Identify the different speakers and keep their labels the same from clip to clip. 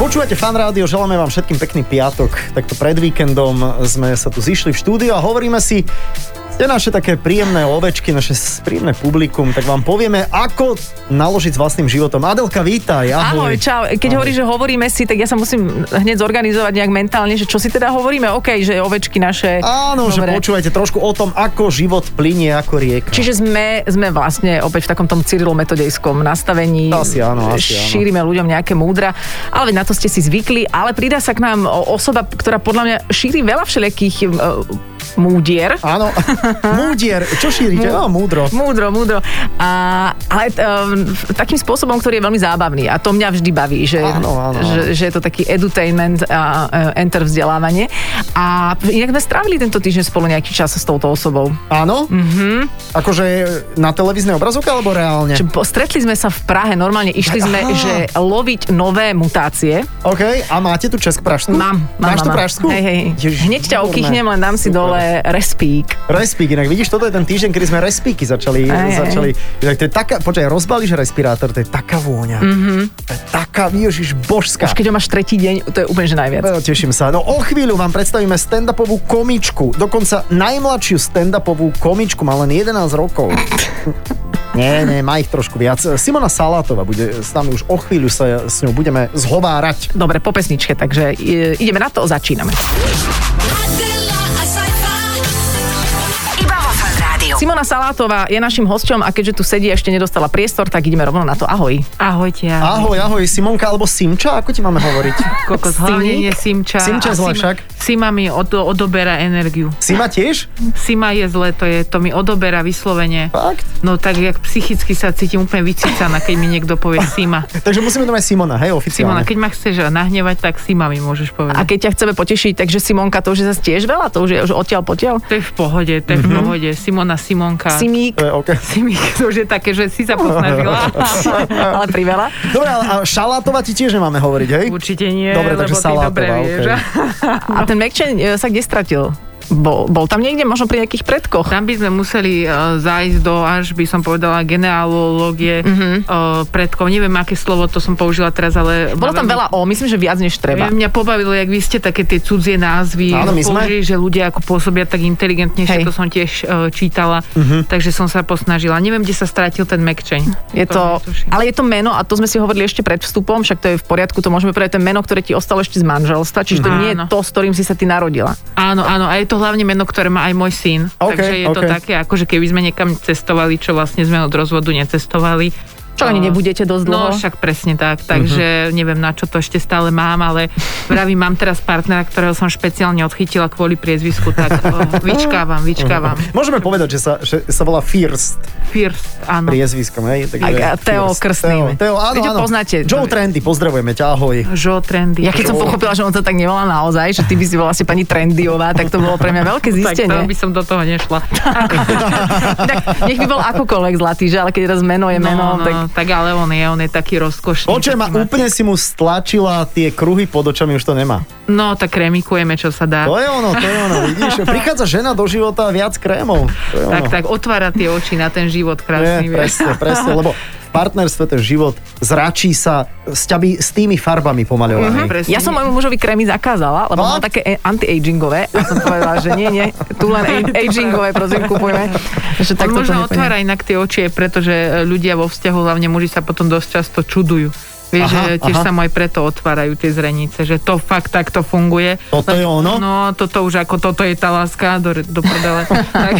Speaker 1: Počúvate fan rádio, želáme vám všetkým pekný piatok. Takto pred víkendom sme sa tu zišli v štúdiu a hovoríme si, ste naše také príjemné ovečky, naše s- príjemné publikum, tak vám povieme, ako naložiť s vlastným životom. Adelka, vítaj, ahoj.
Speaker 2: Ahoj, čau. Keď
Speaker 1: Ahoj.
Speaker 2: hovoríš, že hovoríme si, tak ja sa musím hneď zorganizovať nejak mentálne, že čo si teda hovoríme, OK, že ovečky naše.
Speaker 1: Áno, že
Speaker 2: Dobre.
Speaker 1: počúvajte trošku o tom, ako život plinie ako rieka.
Speaker 2: Čiže sme, sme vlastne opäť v takom tom cyrilometodejskom nastavení.
Speaker 1: Asi áno, asi áno.
Speaker 2: Šírime ľuďom nejaké múdra, ale veď na to ste si zvykli, ale pridá sa k nám o- osoba, ktorá podľa mňa šíri veľa všelijakých uh, múdier.
Speaker 1: Áno, múdier, čo šírite?
Speaker 2: Mú-
Speaker 1: Á, múdro.
Speaker 2: Múdro, múdro. A, ale um, takým spôsobom, ktorý je veľmi zábavný a to mňa vždy baví, že,
Speaker 1: Áno, áno, áno.
Speaker 2: že, že je to taký edutainment a e, enter vzdelávanie. A inak sme strávili tento týždeň spolu nejaký čas s touto osobou.
Speaker 1: Áno? Mm-hmm.
Speaker 2: Mhm.
Speaker 1: Akože na televíznej obrazovke alebo reálne?
Speaker 2: Že po- stretli sme sa v Prahe, normálne išli sme,
Speaker 1: Aha.
Speaker 2: že loviť nové mutácie.
Speaker 1: OK, a máte tu Česk Pražskú?
Speaker 2: Mám, mám,
Speaker 1: Máš tu
Speaker 2: mám.
Speaker 1: Pražskú?
Speaker 2: Hej, hej.
Speaker 1: Ježiš,
Speaker 2: Hneď ťa
Speaker 1: výborné.
Speaker 2: okychnem, len dám si
Speaker 1: Super.
Speaker 2: dole respík.
Speaker 1: Respík, inak vidíš, toto je ten týždeň, kedy sme respíky začali.
Speaker 2: Aj, aj.
Speaker 1: začali inak to je taká, počkaj, rozbalíš respirátor, to je taká vôňa. Mm-hmm. To je taká, ježiš, božská.
Speaker 2: Až keď ho máš tretí deň, to je úplne že najviac.
Speaker 1: E, Teším sa. No o chvíľu vám predstavíme stand-upovú komičku. Dokonca najmladšiu stand-upovú komičku. Má len 11 rokov. Nie, nie, má ich trošku viac. Simona Salátova bude s nami už o chvíľu sa s ňou budeme zhovárať.
Speaker 2: Dobre, po pesničke, takže e, ideme na to, začíname.
Speaker 3: Iba vo fan rádiu.
Speaker 2: Simona Salátová je našim hosťom a keďže tu sedí a ešte nedostala priestor, tak ideme rovno na to. Ahoj.
Speaker 4: Ahojte, ahoj.
Speaker 1: Ahoj, ahoj, Simonka alebo Simča, ako ti máme hovoriť?
Speaker 4: Kokos, hlavne je Simča.
Speaker 1: Simča
Speaker 4: A
Speaker 1: zle
Speaker 4: Sima-
Speaker 1: však.
Speaker 4: Sima mi od, odoberá energiu.
Speaker 1: Sima tiež?
Speaker 4: Sima je zle, to je, to mi odoberá vyslovene.
Speaker 1: Fakt?
Speaker 4: No tak, jak psychicky sa cítim úplne vycícaná, keď mi niekto povie Sima.
Speaker 1: Takže musíme to mať Simona, hej, oficiálne.
Speaker 4: Simona, keď ma chceš nahnevať, tak Sima mi
Speaker 2: A
Speaker 4: môžeš povedať.
Speaker 2: keď ťa chceme potešiť, takže Simonka, to už je zase tiež veľa, to už je už odtiaľ potiaľ.
Speaker 4: To je v pohode, to je
Speaker 1: Mhm.
Speaker 4: v pohode. Simona, Simonka.
Speaker 2: Simík,
Speaker 1: To je OK.
Speaker 4: Simík, to už je také, že si sa posnažila.
Speaker 2: ale priveľa.
Speaker 1: Dobre, ale a Šalátova ti tiež nemáme hovoriť, hej?
Speaker 4: Určite nie,
Speaker 1: Dobre,
Speaker 4: lebo
Speaker 1: takže
Speaker 4: ty
Speaker 1: Salátová,
Speaker 4: dobre
Speaker 1: okej.
Speaker 4: vieš.
Speaker 2: A ten Mekčen e, sa kde stratil? Bol, bol tam niekde, možno pri nejakých predkoch.
Speaker 4: Tam by sme museli uh, zájsť do, až by som povedala, genealógie
Speaker 2: Mhm.
Speaker 4: mm-hmm. uh, predkov. Neviem, aké slovo to som použila teraz, ale...
Speaker 2: Bolo tam veľa O, myslím, že viac než treba.
Speaker 4: Mňa, mňa pobavilo, jak vy ste také tie cudzie názvy
Speaker 1: Áno, my sme.
Speaker 4: použili, že ľudia ako pôsobia tak
Speaker 2: Hej.
Speaker 4: inteligentnejšie,
Speaker 2: Mhm.
Speaker 4: to som tiež uh, čítala, uh-huh. takže som sa posnažila. Neviem, kde sa stratil ten mekčeň.
Speaker 2: Je to,
Speaker 4: netuším.
Speaker 2: ale je to meno a to sme si hovorili ešte pred vstupom, však to je v poriadku, to môžeme povedať, to je meno, ktoré ti ostalo ešte z manželstva, čiže to nie je
Speaker 4: Áno.
Speaker 2: to, s ktorým si sa ty narodila.
Speaker 4: Áno, áno, a je to hlavne meno, ktoré má aj môj syn.
Speaker 1: OK,
Speaker 4: takže je to
Speaker 1: OK.
Speaker 4: také, ako že keby sme niekam cestovali, čo vlastne sme od rozvodu necestovali,
Speaker 2: Čo ani
Speaker 4: A-
Speaker 2: nebudete dosť dlho. Mhm.
Speaker 4: No však presne tak, takže uh-huh. neviem na čo to ešte stále mám, ale vravím, mám teraz partnera, ktorého som špeciálne odchytila kvôli priezvisku, tak oh, vyčkávam, vyčkávam.
Speaker 2: Mhm.
Speaker 1: Môžeme povedať, že sa, že sa volá First
Speaker 4: First, áno.
Speaker 1: priezviskom, hej? Takže
Speaker 2: A- a Teo
Speaker 1: First.
Speaker 2: krstným.
Speaker 1: Teo, Teo, áno,
Speaker 2: Veď ho
Speaker 1: áno.
Speaker 2: poznáte.
Speaker 1: Joe Trendy, pozdravujeme ťa, ahoj.
Speaker 4: Žo trendy.
Speaker 2: Ja keď som
Speaker 1: Čo?
Speaker 2: pochopila, že on sa tak nevolá naozaj, že ty by si bola asi pani Trendyová, tak to bolo pre mňa veľké
Speaker 4: tak to
Speaker 2: zistenie.
Speaker 4: by som do toho nešla.
Speaker 2: Tak nech by bol akokoľvek zlatý, že ale keď raz meno je meno,
Speaker 4: no,
Speaker 2: tak...
Speaker 4: no, tak ale on je, on je taký rozkošný.
Speaker 1: Počujem, ma
Speaker 4: taký má-
Speaker 1: úplne si mu stlačila tie kruhy pod očami, už to nemá.
Speaker 4: No tak remikujeme, čo sa dá.
Speaker 1: To je ono, to je ono, vidíš? Prichádza žena do života a viac krémov. To je
Speaker 2: no.
Speaker 1: ono.
Speaker 4: Tak, tak, otvára tie oči na ten život
Speaker 1: Nie,
Speaker 4: krásny. vieš.
Speaker 1: presne, presne, lebo v partnerstve ten život zračí sa s, ťaby, s tými farbami pomaľovanými.
Speaker 4: Mhm, Presne.
Speaker 2: Ja som môjmu mužovi krémy zakázala, lebo
Speaker 1: Fakt?
Speaker 2: mal také e- anti-agingové a som povedala, že nie, nie, tu len a- agingové prosím kupujme. Že
Speaker 4: Tak
Speaker 2: takto to
Speaker 4: možno
Speaker 2: nepojdem.
Speaker 4: otvára inak tie oči, aj preto, že e, ľudia vo vzťahu, hlavne muži, sa potom dosť často čudujú. Vieš,
Speaker 1: Aha,
Speaker 4: aha, že
Speaker 1: aha.
Speaker 4: tiež aha. sa mu aj preto otvárajú tie zrenice, že to fakt takto funguje.
Speaker 1: Toto je ono?
Speaker 4: No, toto už ako toto je tá láska do, do prdele. tak,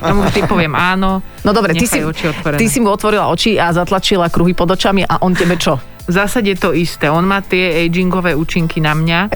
Speaker 4: ja mu vždy poviem áno.
Speaker 2: No dobre, ty si,
Speaker 4: nechaj oči otvorené.
Speaker 2: ty si mu otvorila oči a zatlačila kruhy pod očami a on tebe čo?
Speaker 4: V zásade to isté. On má tie agingové účinky na mňa.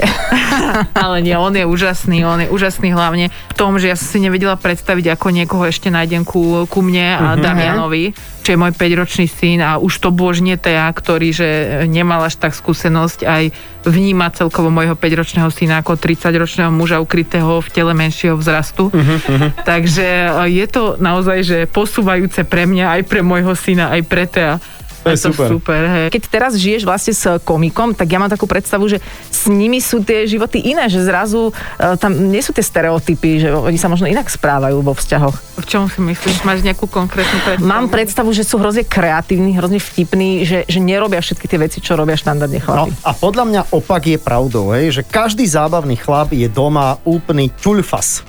Speaker 4: Ale nie, on je úžasný. On je úžasný hlavne v tom, že ja som si nevedela predstaviť, ako niekoho ešte nájdem ku, ku mne
Speaker 1: Mhm.
Speaker 4: a Damianovi, čo je môj 5-ročný syn a už to božne Tea, ktorý že nemal až tak skúsenosť aj vníma celkovo môjho 5-ročného syna ako 30-ročného muža ukrytého v tele menšieho vzrastu.
Speaker 1: Mhm,
Speaker 4: eh, Takže e, je to naozaj, že posúvajúce pre mňa, aj pre môjho syna, aj pre Tea.
Speaker 1: To je super.
Speaker 4: super hej.
Speaker 2: Keď teraz žiješ vlastne s komikom, tak ja mám takú predstavu, že s nimi sú tie životy iné, že zrazu e, tam nie sú tie stereotypy, že oni sa možno inak správajú vo vzťahoch.
Speaker 4: V čom si myslíš? Máš nejakú konkrétnu predstavu?
Speaker 2: Mám predstavu, že sú hrozne kreatívni, hrozne vtipní, že, že nerobia všetky tie veci, čo robia
Speaker 1: No
Speaker 2: štandardne chlapi.
Speaker 1: a podľa mňa opak je pravdou, hej, že každý zábavný chlap je doma úplný čulfas.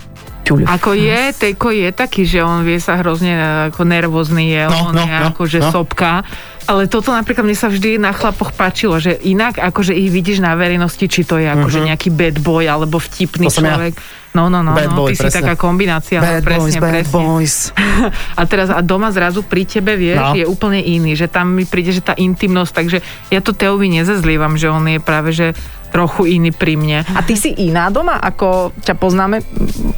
Speaker 2: Čuľu.
Speaker 4: Ako je, Tejko je taký, že on vie sa hrozne e, ako nervózny je,
Speaker 1: No,
Speaker 4: on
Speaker 1: no,
Speaker 4: je
Speaker 1: no,
Speaker 4: akože
Speaker 1: no.
Speaker 4: sopka. Ale toto napríklad mne sa vždy na chlapoch páčilo, že inak akože ich vidíš na verejnosti, či to je akože nejaký bad boy alebo vtipný
Speaker 1: Mhm. To som ja.
Speaker 4: človek. No, no, no,
Speaker 1: Bad
Speaker 4: no
Speaker 1: boy,
Speaker 4: ty si
Speaker 1: presne.
Speaker 4: taká kombinácia.
Speaker 1: Bad
Speaker 4: no, presne,
Speaker 1: boys, bad
Speaker 4: presne.
Speaker 1: boys.
Speaker 4: A teraz a doma zrazu pri tebe, vieš,
Speaker 1: No.
Speaker 4: no. je úplne iný, že tam mi príde, že tá intimnosť, takže ja to Teovi nezazlievam, že on je práve, že trochu iný pri mne.
Speaker 2: A ty si iná doma, ako ťa poznáme m,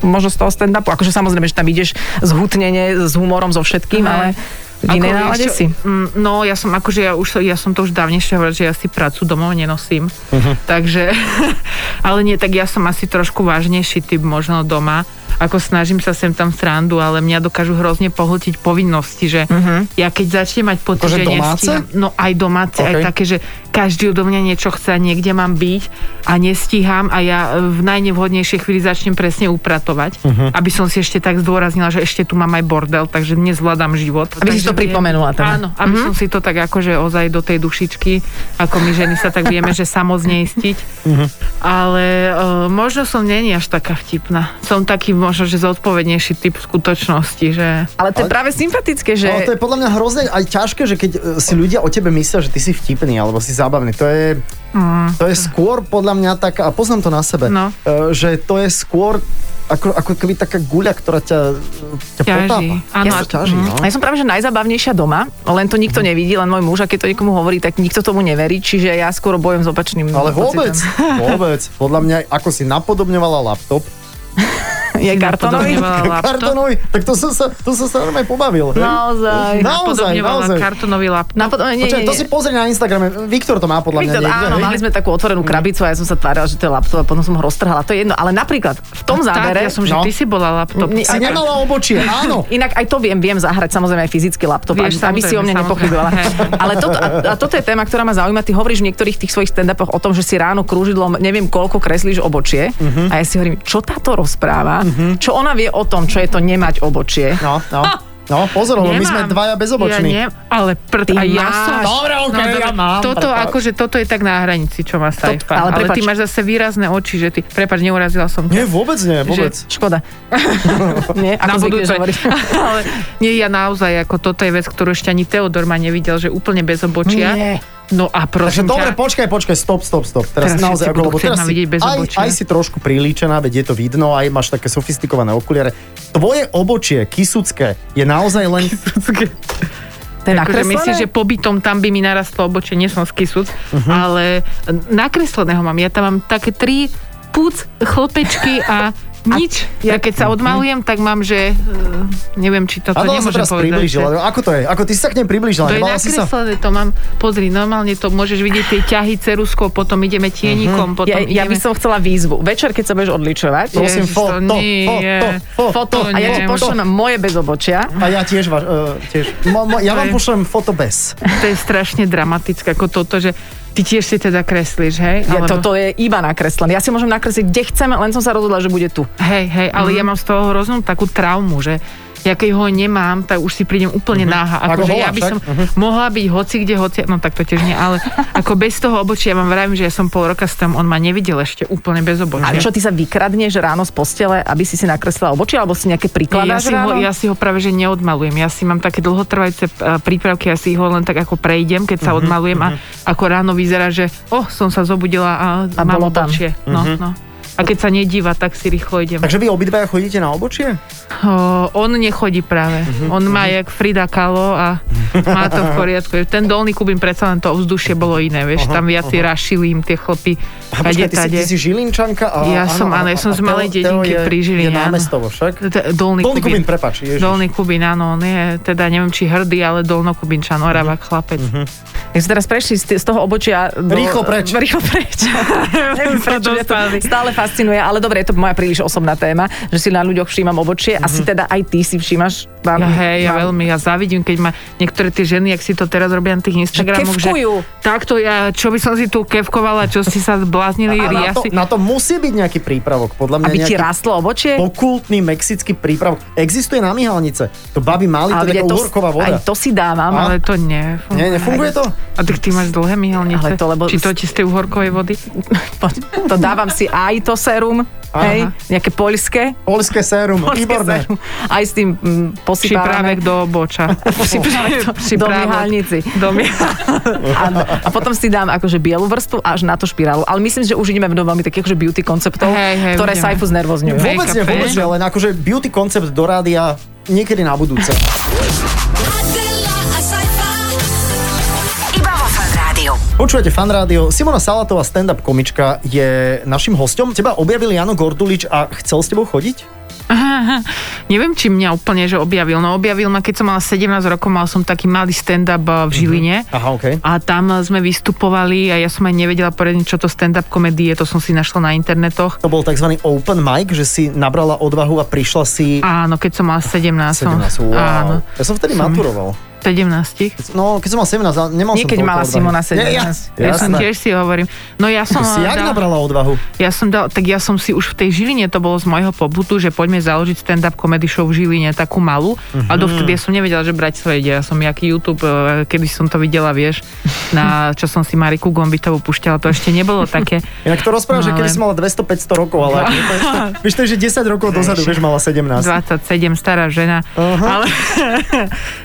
Speaker 2: možno z toho stand-upu? Akože samozrejme, že tam ideš zhutnenie, s humorom, so všetkým,
Speaker 4: Aha.
Speaker 2: ale v inej
Speaker 4: vieš
Speaker 2: nálade
Speaker 4: čo,
Speaker 2: si.
Speaker 4: mm, No, ja som akože, ja, už, ja som to už dávnejšie hovorila, že ja si prácu domov nenosím.
Speaker 2: Mhm.
Speaker 4: Takže, ale nie, tak ja som asi trošku vážnejší typ možno doma. Ako snažím sa sem tam srandu, ale mňa dokážu hrozne pohltiť povinnosti, že
Speaker 2: Mhm.
Speaker 4: ja keď začnem mať pocit,
Speaker 1: Akože
Speaker 4: že
Speaker 1: domáce?
Speaker 4: nestíham, no aj domáce, okay. aj
Speaker 1: Okej.
Speaker 4: také, že každý odo mňa niečo chce, a niekde mám byť a nestíham a ja e, v najnevhodnejšej chvíli začnem presne upratovať,
Speaker 2: Mhm.
Speaker 4: aby som si ešte tak zdôraznila, že ešte tu mám aj bordel, takže nezvládam život.
Speaker 2: Aby si to
Speaker 4: Takže
Speaker 2: pripomenula teda.
Speaker 4: Áno, aby som si to tak akože ozaj do tej dušičky, ako my ženy sa tak vieme, že samozneistiť.
Speaker 2: Mhm.
Speaker 4: Ale e, možno som není až taká vtipná. Som taký možno, že zodpovednejší typ v skutočnosti, že...
Speaker 2: Ale to je
Speaker 1: Ale-
Speaker 2: práve sympatické, že...
Speaker 1: Ale No, to je podľa mňa hrozne aj ťažké, že keď e, si ľudia o tebe myslia, že ty si vtipný alebo si zábavný. To je, to je skôr podľa mňa taká, a poznám to na sebe,
Speaker 4: Mm. No.
Speaker 1: e, že to je skôr ako, ako keby taká guľa, ktorá ťa, e, ťa
Speaker 4: Ťaží.
Speaker 1: potápa.
Speaker 4: Áno,
Speaker 1: Ja
Speaker 4: a-
Speaker 1: ťaží,
Speaker 4: mm.
Speaker 1: no.
Speaker 2: A ja som práve že najzabavnejšia doma, len to nikto nevidí, len môj muž, a keď to niekomu hovorí, tak nikto tomu neverí, čiže ja skôr bojujem s opačným
Speaker 1: Ale vôbec,
Speaker 2: pocitom.
Speaker 1: vôbec. Podľa mňa, ako si napodobňovala laptop,
Speaker 2: Je kartonový?
Speaker 4: napodobňovala laptop.
Speaker 1: kartonový, tak to som sa, to som sa normálne pobavil. hej? Naozaj,
Speaker 2: Naozaj.
Speaker 4: Napodobňovala
Speaker 1: naozaj.
Speaker 4: kartonový laptop.
Speaker 2: Napod- nie,
Speaker 1: Počkaj,
Speaker 2: nie,
Speaker 1: to
Speaker 2: nie.
Speaker 1: si pozri na Instagrame. Viktor to má podľa mňa Mhm.
Speaker 2: Víte,
Speaker 1: niekde.
Speaker 2: áno,
Speaker 1: hej?
Speaker 2: mali sme takú otvorenú krabicu a ja som sa tvárala, že to je laptop a potom som ho roztrhala. To je jedno, ale napríklad v tom zábere...
Speaker 4: Tak, ja som, že
Speaker 1: No.
Speaker 4: ty si bola laptop.
Speaker 2: Nie,
Speaker 1: Si nemala obočie, áno.
Speaker 2: Inak aj to viem, viem zahrať samozrejme aj fyzický laptop,
Speaker 4: Vieš,
Speaker 2: aby, aby si o mne
Speaker 4: samozrejme,
Speaker 2: nepochybovala.
Speaker 4: samozrejme.
Speaker 2: Ale toto, a, a toto je téma, ktorá ma zaujíma. Ty hovoríš v niektorých tých svojich stand-upoch o tom, že si ráno krúžidlom neviem koľko kreslíš obočie
Speaker 4: Mhm.
Speaker 2: uh-huh. a ja si hovorím, čo táto rozpráva, uh-huh. čo ona vie o tom, čo je to nemať obočie.
Speaker 1: No, no. No, pozor, lebo my sme
Speaker 4: Nemám.
Speaker 1: dvaja bezoboční.
Speaker 4: Ja ne, ale prd,
Speaker 2: Ty
Speaker 4: a ja
Speaker 2: máš.
Speaker 4: som...
Speaker 1: Dobre, okej,
Speaker 4: No, dobre.
Speaker 1: ja mám.
Speaker 4: Toto,
Speaker 1: Prepáč.
Speaker 4: akože, toto je tak na hranici, čo má sa
Speaker 2: To- ale
Speaker 4: ale, ale ty
Speaker 2: prepáč.
Speaker 4: máš zase výrazné oči, že ty... Prepač, neurazila som ťa.
Speaker 1: Nie, vôbec nie, vôbec.
Speaker 2: Škoda. Nie, ako
Speaker 4: na
Speaker 2: zvykneš
Speaker 4: budúce.
Speaker 2: hovoriť.
Speaker 4: ale nie, ja naozaj, ako toto je vec, ktorú ešte ani Teodor ma nevidel, že úplne bez obočia.
Speaker 1: Nie.
Speaker 4: No a
Speaker 1: Takže
Speaker 4: prosím
Speaker 1: dobre,
Speaker 4: ťa,
Speaker 1: počkaj, počkaj, stop, stop, stop. Teraz,
Speaker 4: Teraz
Speaker 1: naozaj,
Speaker 4: všetci
Speaker 1: ako,
Speaker 4: budú
Speaker 1: lebo
Speaker 4: chcieť
Speaker 1: teraz
Speaker 4: ma
Speaker 1: si,
Speaker 4: vidieť bez
Speaker 1: aj,
Speaker 4: obočia.
Speaker 1: aj si trošku príličená, veď je to vidno, aj máš také sofistikované okuliare. Tvoje obočie, kisucké, je naozaj len...
Speaker 2: To je
Speaker 4: akože
Speaker 2: nakreslené?
Speaker 4: myslím, že pobytom tam by mi narastlo obočie, nie som z Kisúc,
Speaker 1: Mhm.
Speaker 4: ale nakresleného mám. Ja tam mám také tri púc, chlpečky a nič. Ja keď sa odmalujem, tak mám, že eh, neviem, či toto
Speaker 1: A to sa
Speaker 4: nemôžem
Speaker 1: teraz
Speaker 4: povedať. že-
Speaker 1: priblížila. Ako to je? Ako ty si sa k nej priblížila?
Speaker 4: To je
Speaker 1: Nebala si sa?
Speaker 4: nakreslené, to mám, pozri, normálne to môžeš vidieť tie ťahy ceruskou, potom ideme tieníkom, potom
Speaker 2: Ja, ja
Speaker 4: ideme...
Speaker 2: by som chcela výzvu. Večer, keď sa budeš odličovať,
Speaker 4: To-
Speaker 1: Prosím,
Speaker 4: Ježiš,
Speaker 1: fo, to,
Speaker 4: nie.
Speaker 1: fo, to, fo,
Speaker 2: foto,
Speaker 4: to
Speaker 2: a ja ti
Speaker 4: nie,
Speaker 2: pošlem moje bezobočia.
Speaker 1: A ja tiež, vaš, uh, tiež. Mo, mo, ja vám
Speaker 4: To je-
Speaker 1: pošlem foto bez.
Speaker 4: To je strašne dramatické, ako toto, že ty tiež si teda kreslíš, hej?
Speaker 2: Ja, toto je iba nakreslené. Ja si môžem nakresliť, kde chcem, len som sa rozhodla, že bude tu.
Speaker 4: Hej, hej, ale ja mám z toho hroznú takú traumu, že ja keď ho nemám, tak už si prídem úplne náha.
Speaker 1: Ako
Speaker 4: Akože
Speaker 1: holá
Speaker 4: ja by
Speaker 1: však.
Speaker 4: som mohla byť hoci kde, hoci, no tak to tiež nie, ale ako bez toho obočia, ja vám vravím, že ja som pol roka s tam, on ma nevidel ešte úplne bez obočia.
Speaker 2: A čo, ty sa vykradneš ráno z postele, aby si si nakreslila obočie, alebo si nejaké
Speaker 4: Nie, ja
Speaker 2: prikladáš
Speaker 4: si, ho,
Speaker 2: ráno?
Speaker 4: ja si ho práve že neodmalujem. Ja si mám také dlhotrvajúce eh, prípravky, ja si ho len tak ako prejdem, keď
Speaker 1: Mhm,
Speaker 4: sa odmalujem a ako ráno vyzerá, že oh, som sa zobudila a,
Speaker 2: A
Speaker 4: mám
Speaker 2: bolo tam.
Speaker 4: obočie. No,
Speaker 1: Mhm.
Speaker 4: no. A keď sa nedíva, tak si rýchlo idem.
Speaker 1: Takže vy obidvaja chodíte na obočie?
Speaker 4: O, on nechodí práve.
Speaker 1: Mhm,
Speaker 4: On má jak Frida Kahlo a má to v poriadku. Ten dolný Kubín predsa len to ovzdušie bolo iné, vieš. Tam viac rašili im tie chlopy
Speaker 1: A počkaj, ty, si, ty si Žilinčanka? A,
Speaker 4: Ja som, áno, ja som z malej dedinky pri Žiline,
Speaker 1: Je
Speaker 4: áno.
Speaker 1: námestovo však.
Speaker 4: T- Dolný,
Speaker 1: Dolný Kubín,
Speaker 4: Kubín.
Speaker 1: prepač, ježiš.
Speaker 4: Dolný Kubín, áno, on je teda, neviem či hrdý, ale dolnokubinčan, Orava,
Speaker 1: Mhm,
Speaker 4: chlapec.
Speaker 2: My sme teraz prešli z, t- z toho obočia... Do,
Speaker 1: Rýchlo preč.
Speaker 2: Rýchlo preč. Neviem,
Speaker 4: Sa
Speaker 2: prečo mňa to
Speaker 4: dostali.
Speaker 2: stále fascinuje, ale dobre, je to moja príliš osobná téma, že si na ľuďoch všímam obočie. Asi teda aj ty si všímaš. Mám,
Speaker 4: Mhm. Ja, No hej, ja
Speaker 2: mám-
Speaker 4: veľmi, ja závidím, keď ma niektoré tie ženy, ak si to teraz robia na tých Instagramoch,
Speaker 2: kevkujú.
Speaker 4: takto ja, čo by som si tu kevkovala, čo ste sa zbláznili,
Speaker 1: A na
Speaker 4: ja
Speaker 1: to,
Speaker 4: si...
Speaker 2: no,
Speaker 1: na to musí byť nejaký prípravok, podľa mňa
Speaker 2: Aby ti
Speaker 1: nejaký
Speaker 2: rastlo obočie?
Speaker 1: okultný mexický prípravok. Existuje na Mihalnice. To baby mali, to
Speaker 2: Ale
Speaker 1: je
Speaker 2: je
Speaker 1: taká
Speaker 2: to,
Speaker 1: uhorková
Speaker 2: aj
Speaker 1: voda.
Speaker 2: to si dávam,
Speaker 4: Ale to nie.
Speaker 1: Nie, nefunguje to?
Speaker 4: A tak ty máš dlhé mihalnice.
Speaker 2: Ale to lebo-
Speaker 4: Či to čisté uhorkovej vody?
Speaker 2: Poď, to dávam si aj to serum,
Speaker 1: Aha.
Speaker 2: hej, nejaké poľské.
Speaker 1: Polské sérum,
Speaker 2: poľské
Speaker 1: výborné.
Speaker 2: sérum, Aj s tým mm,
Speaker 4: No, Či právek
Speaker 2: posypávame.
Speaker 4: do boča.
Speaker 2: Připravek do-
Speaker 4: Či
Speaker 2: do
Speaker 4: právek
Speaker 2: myhalnici.
Speaker 4: Do mi-
Speaker 2: A, a, potom si dám akože bielu vrstvu až na to špirálu. Ale myslím, že už ideme do veľmi takých akože beauty konceptov,
Speaker 4: Hej, hej,
Speaker 2: ktoré
Speaker 4: budeme.
Speaker 2: sa aj znervozňujú.
Speaker 4: Hej.
Speaker 1: Vôbec nie,
Speaker 4: Make-up,
Speaker 1: vôbec
Speaker 4: hej?
Speaker 1: nie, len akože beauty koncept do rádia niekedy na budúce.
Speaker 3: Adela, a sci-fi. Iba vo fan rádiu.
Speaker 1: Počujete fan rádio. Simona Salatová, stand-up komička, je našim hostom. Teba objavil Jano Gordulič a chcel s tebou chodiť?
Speaker 4: Neviem, či mňa úplne, že objavil. No objavil ma, keď som mala 17 rokov, mal som taký malý stand-up eh, v
Speaker 2: Mhm.
Speaker 4: Žiline.
Speaker 1: Aha, OK.
Speaker 4: A tam eh, sme vystupovali a ja som aj nevedela poriadne, čo to stand-up komedie, to som si našla na internetoch.
Speaker 1: To bol tzv. open mic, že si nabrala odvahu a prišla si...
Speaker 4: Áno, keď som mala 17.
Speaker 1: 17.
Speaker 4: som- Áno,
Speaker 1: Wow. Ja som vtedy maturoval.
Speaker 4: 17.
Speaker 1: No, keď som mal 17, ale nemal
Speaker 2: Nie,
Speaker 1: som
Speaker 2: keď
Speaker 1: toľko
Speaker 2: mala
Speaker 1: odvahy.
Speaker 2: Simona
Speaker 1: Nie, ja-
Speaker 2: 17.
Speaker 4: Ja som
Speaker 1: jasné.
Speaker 4: tiež si hovorím. No ja som...
Speaker 1: Ty si
Speaker 4: eh,
Speaker 1: jak
Speaker 4: dala-
Speaker 1: nabrala odvahu?
Speaker 4: Ja som dal, tak ja som si už v tej Žiline, to bolo z môjho pobutu, že poďme založiť stand-up comedy show v Žiline, takú malú. A
Speaker 1: Mhm.
Speaker 4: dovtedy ja som nevedela, že brať svoje ide. Ja som jaký YouTube, eh, kedy som to videla, vieš, na čo som si Mariku Gombitovú pušťala, to ešte nebolo také.
Speaker 1: Inak to rozpráva, že
Speaker 4: No,
Speaker 1: kedy
Speaker 4: ale-
Speaker 1: si mala 200-500 rokov, ale vieš to, je, že 10 rokov dozadu, vieš, mala 17.
Speaker 4: 27, stará žena.
Speaker 1: Aha.
Speaker 4: Ale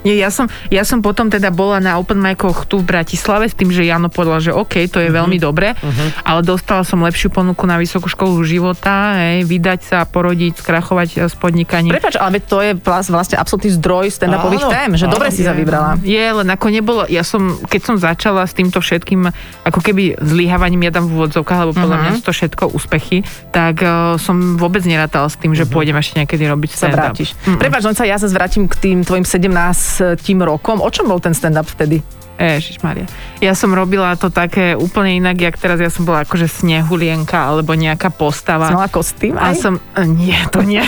Speaker 4: nie, ja som, ja som potom teda bola na open micoch tu v Bratislave s tým, že Jano povedal, že OK, to je
Speaker 2: Mhm.
Speaker 4: veľmi dobre, ale dostala som lepšiu ponuku na vysokú školu života, hej, vydať sa, porodiť, skrachovať eh, z podnikaním.
Speaker 2: Prepač, ale veď to je plas- vlastne absolútny zdroj stand-upových
Speaker 1: Áno,
Speaker 2: tém, že
Speaker 1: áno.
Speaker 2: dobre si sa vybrala.
Speaker 4: Je, len ako nebolo, ja som, keď som začala s týmto všetkým, ako keby zlyhávaním, ja tam v úvodzovkách, lebo podľa
Speaker 2: Mhm.
Speaker 4: mňa sú to všetko úspechy, tak uh, som vôbec nerátala s tým, že pôjdem ešte niekedy robiť
Speaker 2: Mhm. sa
Speaker 4: stand-up.
Speaker 2: vrátiš. Prepač, len sa ja sa zvrátim k tým tvojim 17 tým rokom. O čom bol ten stand-up vtedy?
Speaker 4: Ježišmaria. Ja som robila to také úplne inak, jak teraz ja som bola akože snehulienka alebo nejaká postava.
Speaker 2: Si mala kostým
Speaker 4: A
Speaker 2: aj?
Speaker 4: som, e, nie, to nie.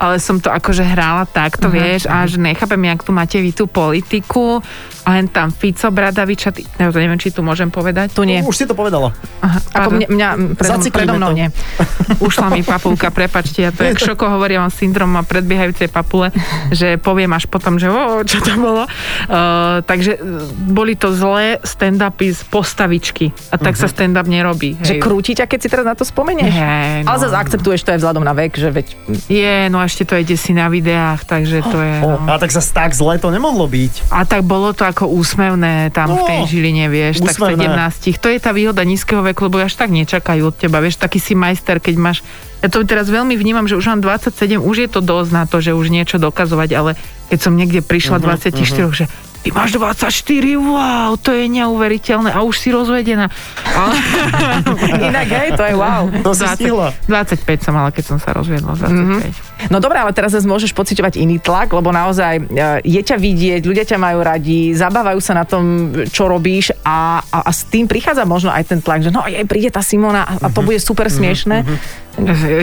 Speaker 4: Ale som to akože hrála
Speaker 2: Mhm.
Speaker 4: takto, uh-huh, vieš, a že nechápem, jak tu máte vy tú politiku a len tam Fico Bradaviča, ty, ne, to neviem, či tu môžem povedať. Tu
Speaker 1: Už si to povedala.
Speaker 4: Aha,
Speaker 2: Ako
Speaker 4: pardon.
Speaker 2: mňa, mňa m, predo,
Speaker 1: Zaciklíme
Speaker 2: predo mnou
Speaker 1: to.
Speaker 2: nie.
Speaker 4: Ušla mi papulka, prepačte, ja to jak šoko hovoria, mám syndrom a predbiehajúcej papule, že poviem až potom, že o, čo to bolo. Uh, takže e, boli to zlé stand-upy z postavičky a tak sa stand-up nerobí.
Speaker 2: Mhm. Že
Speaker 4: hej.
Speaker 2: krúti ťa, keď si teraz na to spomenieš?
Speaker 4: Hej, no.
Speaker 2: Ale zase akceptuješ to aj vzhľadom na vek, že veď
Speaker 4: Je, no a ešte to ide si na videách, takže to
Speaker 2: Oh,
Speaker 4: je...
Speaker 1: O,
Speaker 4: No.
Speaker 1: a tak sa tak zle to nemohlo byť.
Speaker 4: A tak bolo to ako úsmevné tam
Speaker 1: No,
Speaker 4: v tej Žiline, vieš,
Speaker 1: úsmevné.
Speaker 4: tak 17. To je tá výhoda nízkeho veku, lebo až tak nečakajú od teba, vieš, taký si majster, keď máš ja to teraz veľmi vnímam, že už mám 27, už je to dosť na to, že už niečo dokazovať, ale keď som niekde
Speaker 1: Mhm,
Speaker 4: prišla uh-huh, 24, uh-huh. že ty máš 24, wow, to je neuveriteľné a už si rozvedená. Ale
Speaker 2: inak, hej, to je wow.
Speaker 1: To
Speaker 4: No,
Speaker 1: si stihla. Mhm.
Speaker 4: 25 som mala, keď som sa rozviedla, 25.
Speaker 2: No dobré, ale teraz zase môžeš pociťovať iný tlak, lebo naozaj e, je ťa vidieť, ľudia ťa majú radi, zabávajú sa na tom, čo robíš a, a, a s tým prichádza možno aj ten tlak, že no jej, príde tá Simona a, a
Speaker 1: Mhm.
Speaker 2: to bude super smiešne.
Speaker 4: Ja, e,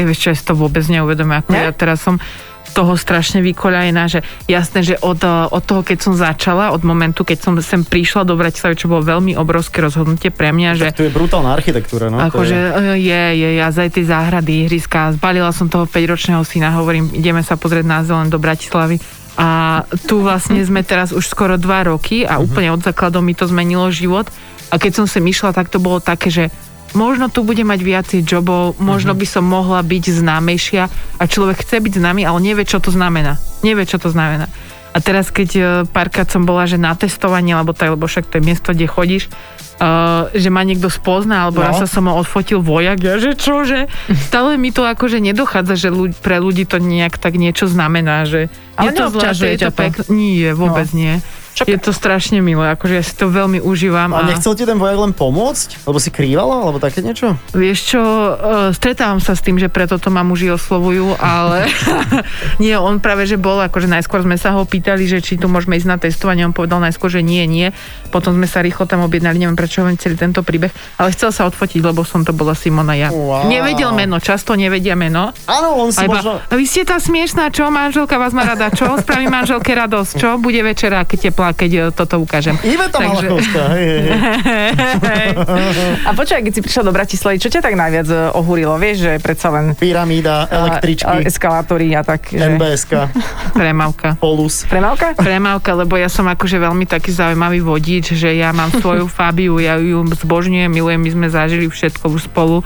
Speaker 4: Vieš čo, ja si to vôbec neuvedomujem, ako
Speaker 2: Ne?
Speaker 4: ja teraz som z toho strašne vykoľajená, že jasné, že od, eh, od toho, keď som začala, od momentu, keď som sem prišla do Bratislavy, čo bolo veľmi obrovské rozhodnutie pre mňa, že
Speaker 1: Tak tu je brutálna architektúra, no. to
Speaker 4: akože
Speaker 1: je...
Speaker 4: eh, je, je, ja za tie záhrady, ihriska, zbalila som toho 5-ročného syna, hovorím, ideme sa pozrieť na zelen do Bratislavy. A tu vlastne sme teraz už skoro 2 roky
Speaker 1: Mhm.
Speaker 4: a úplne od základov mi to zmenilo život. A keď som sem išla, tak to bolo také, že možno tu bude mať viacej
Speaker 1: Mhm.
Speaker 4: jobov, možno by som mohla byť známejšia a človek chce byť známy, ale nevie, čo to znamená. Nevie, čo to znamená. A teraz, keď e, párkrát som bola, že na testovanie, lebo, tak, lebo však to je miesto, kde chodíš, uh, že ma niekto spozná,
Speaker 1: No.
Speaker 4: alebo no. raz sa som ho odfotil vojak, ja že čože? Stále mi to akože nedochádza, že ľud, pre ľudí to nejak tak niečo znamená, že
Speaker 2: Ale
Speaker 4: je to
Speaker 2: neobťažuje
Speaker 4: zlaté, je
Speaker 2: ťa
Speaker 4: to
Speaker 2: to?
Speaker 4: pekné. Nie, vôbec no. nie.
Speaker 2: Čo-
Speaker 4: Je to strašne milé, akože ja si to veľmi užívam.
Speaker 1: A nechcel ti ten vojak len pomôcť? Lebo si krývala? Alebo také niečo?
Speaker 4: Vieš čo, e, stretávam sa s tým, že preto to ma muži oslovujú, ale nie, on práve, že bol, akože najskôr sme sa ho pýtali, že či tu môžeme ísť na testovanie, on povedal najskôr, že nie, nie. Potom sme sa rýchlo tam objednali, neviem prečo hovorím celý tento príbeh, ale chcel sa odfotiť, lebo som to bola Simona ja.
Speaker 1: Wow.
Speaker 4: Nevedel meno, často nevedia meno.
Speaker 1: Áno, on si
Speaker 4: A iba,
Speaker 1: možno...
Speaker 4: "A vy ste tá smiešná, čo? Manželka vás má rada, čo? Spravím manželke radosť, čo? Bude večera keď teplá, keď e, toto ukážem.
Speaker 1: Iveta Takže... Malachovská, hej, hej, hej.
Speaker 2: A počkaj, keď si prišla do Bratislavy, čo ťa tak najviac e, ohúrilo? Vieš, že predsa len
Speaker 1: Pyramída,
Speaker 2: a- a
Speaker 1: električky,
Speaker 2: eskalátory a tak, že...
Speaker 1: NBSK,
Speaker 4: Premavka.
Speaker 1: Polus.
Speaker 2: Premávka?
Speaker 4: premávka, lebo ja som akože veľmi taký zaujímavý vodič, že ja mám svoju Fabiu, ja ju zbožňujem, milujem, my sme zažili všetko už spolu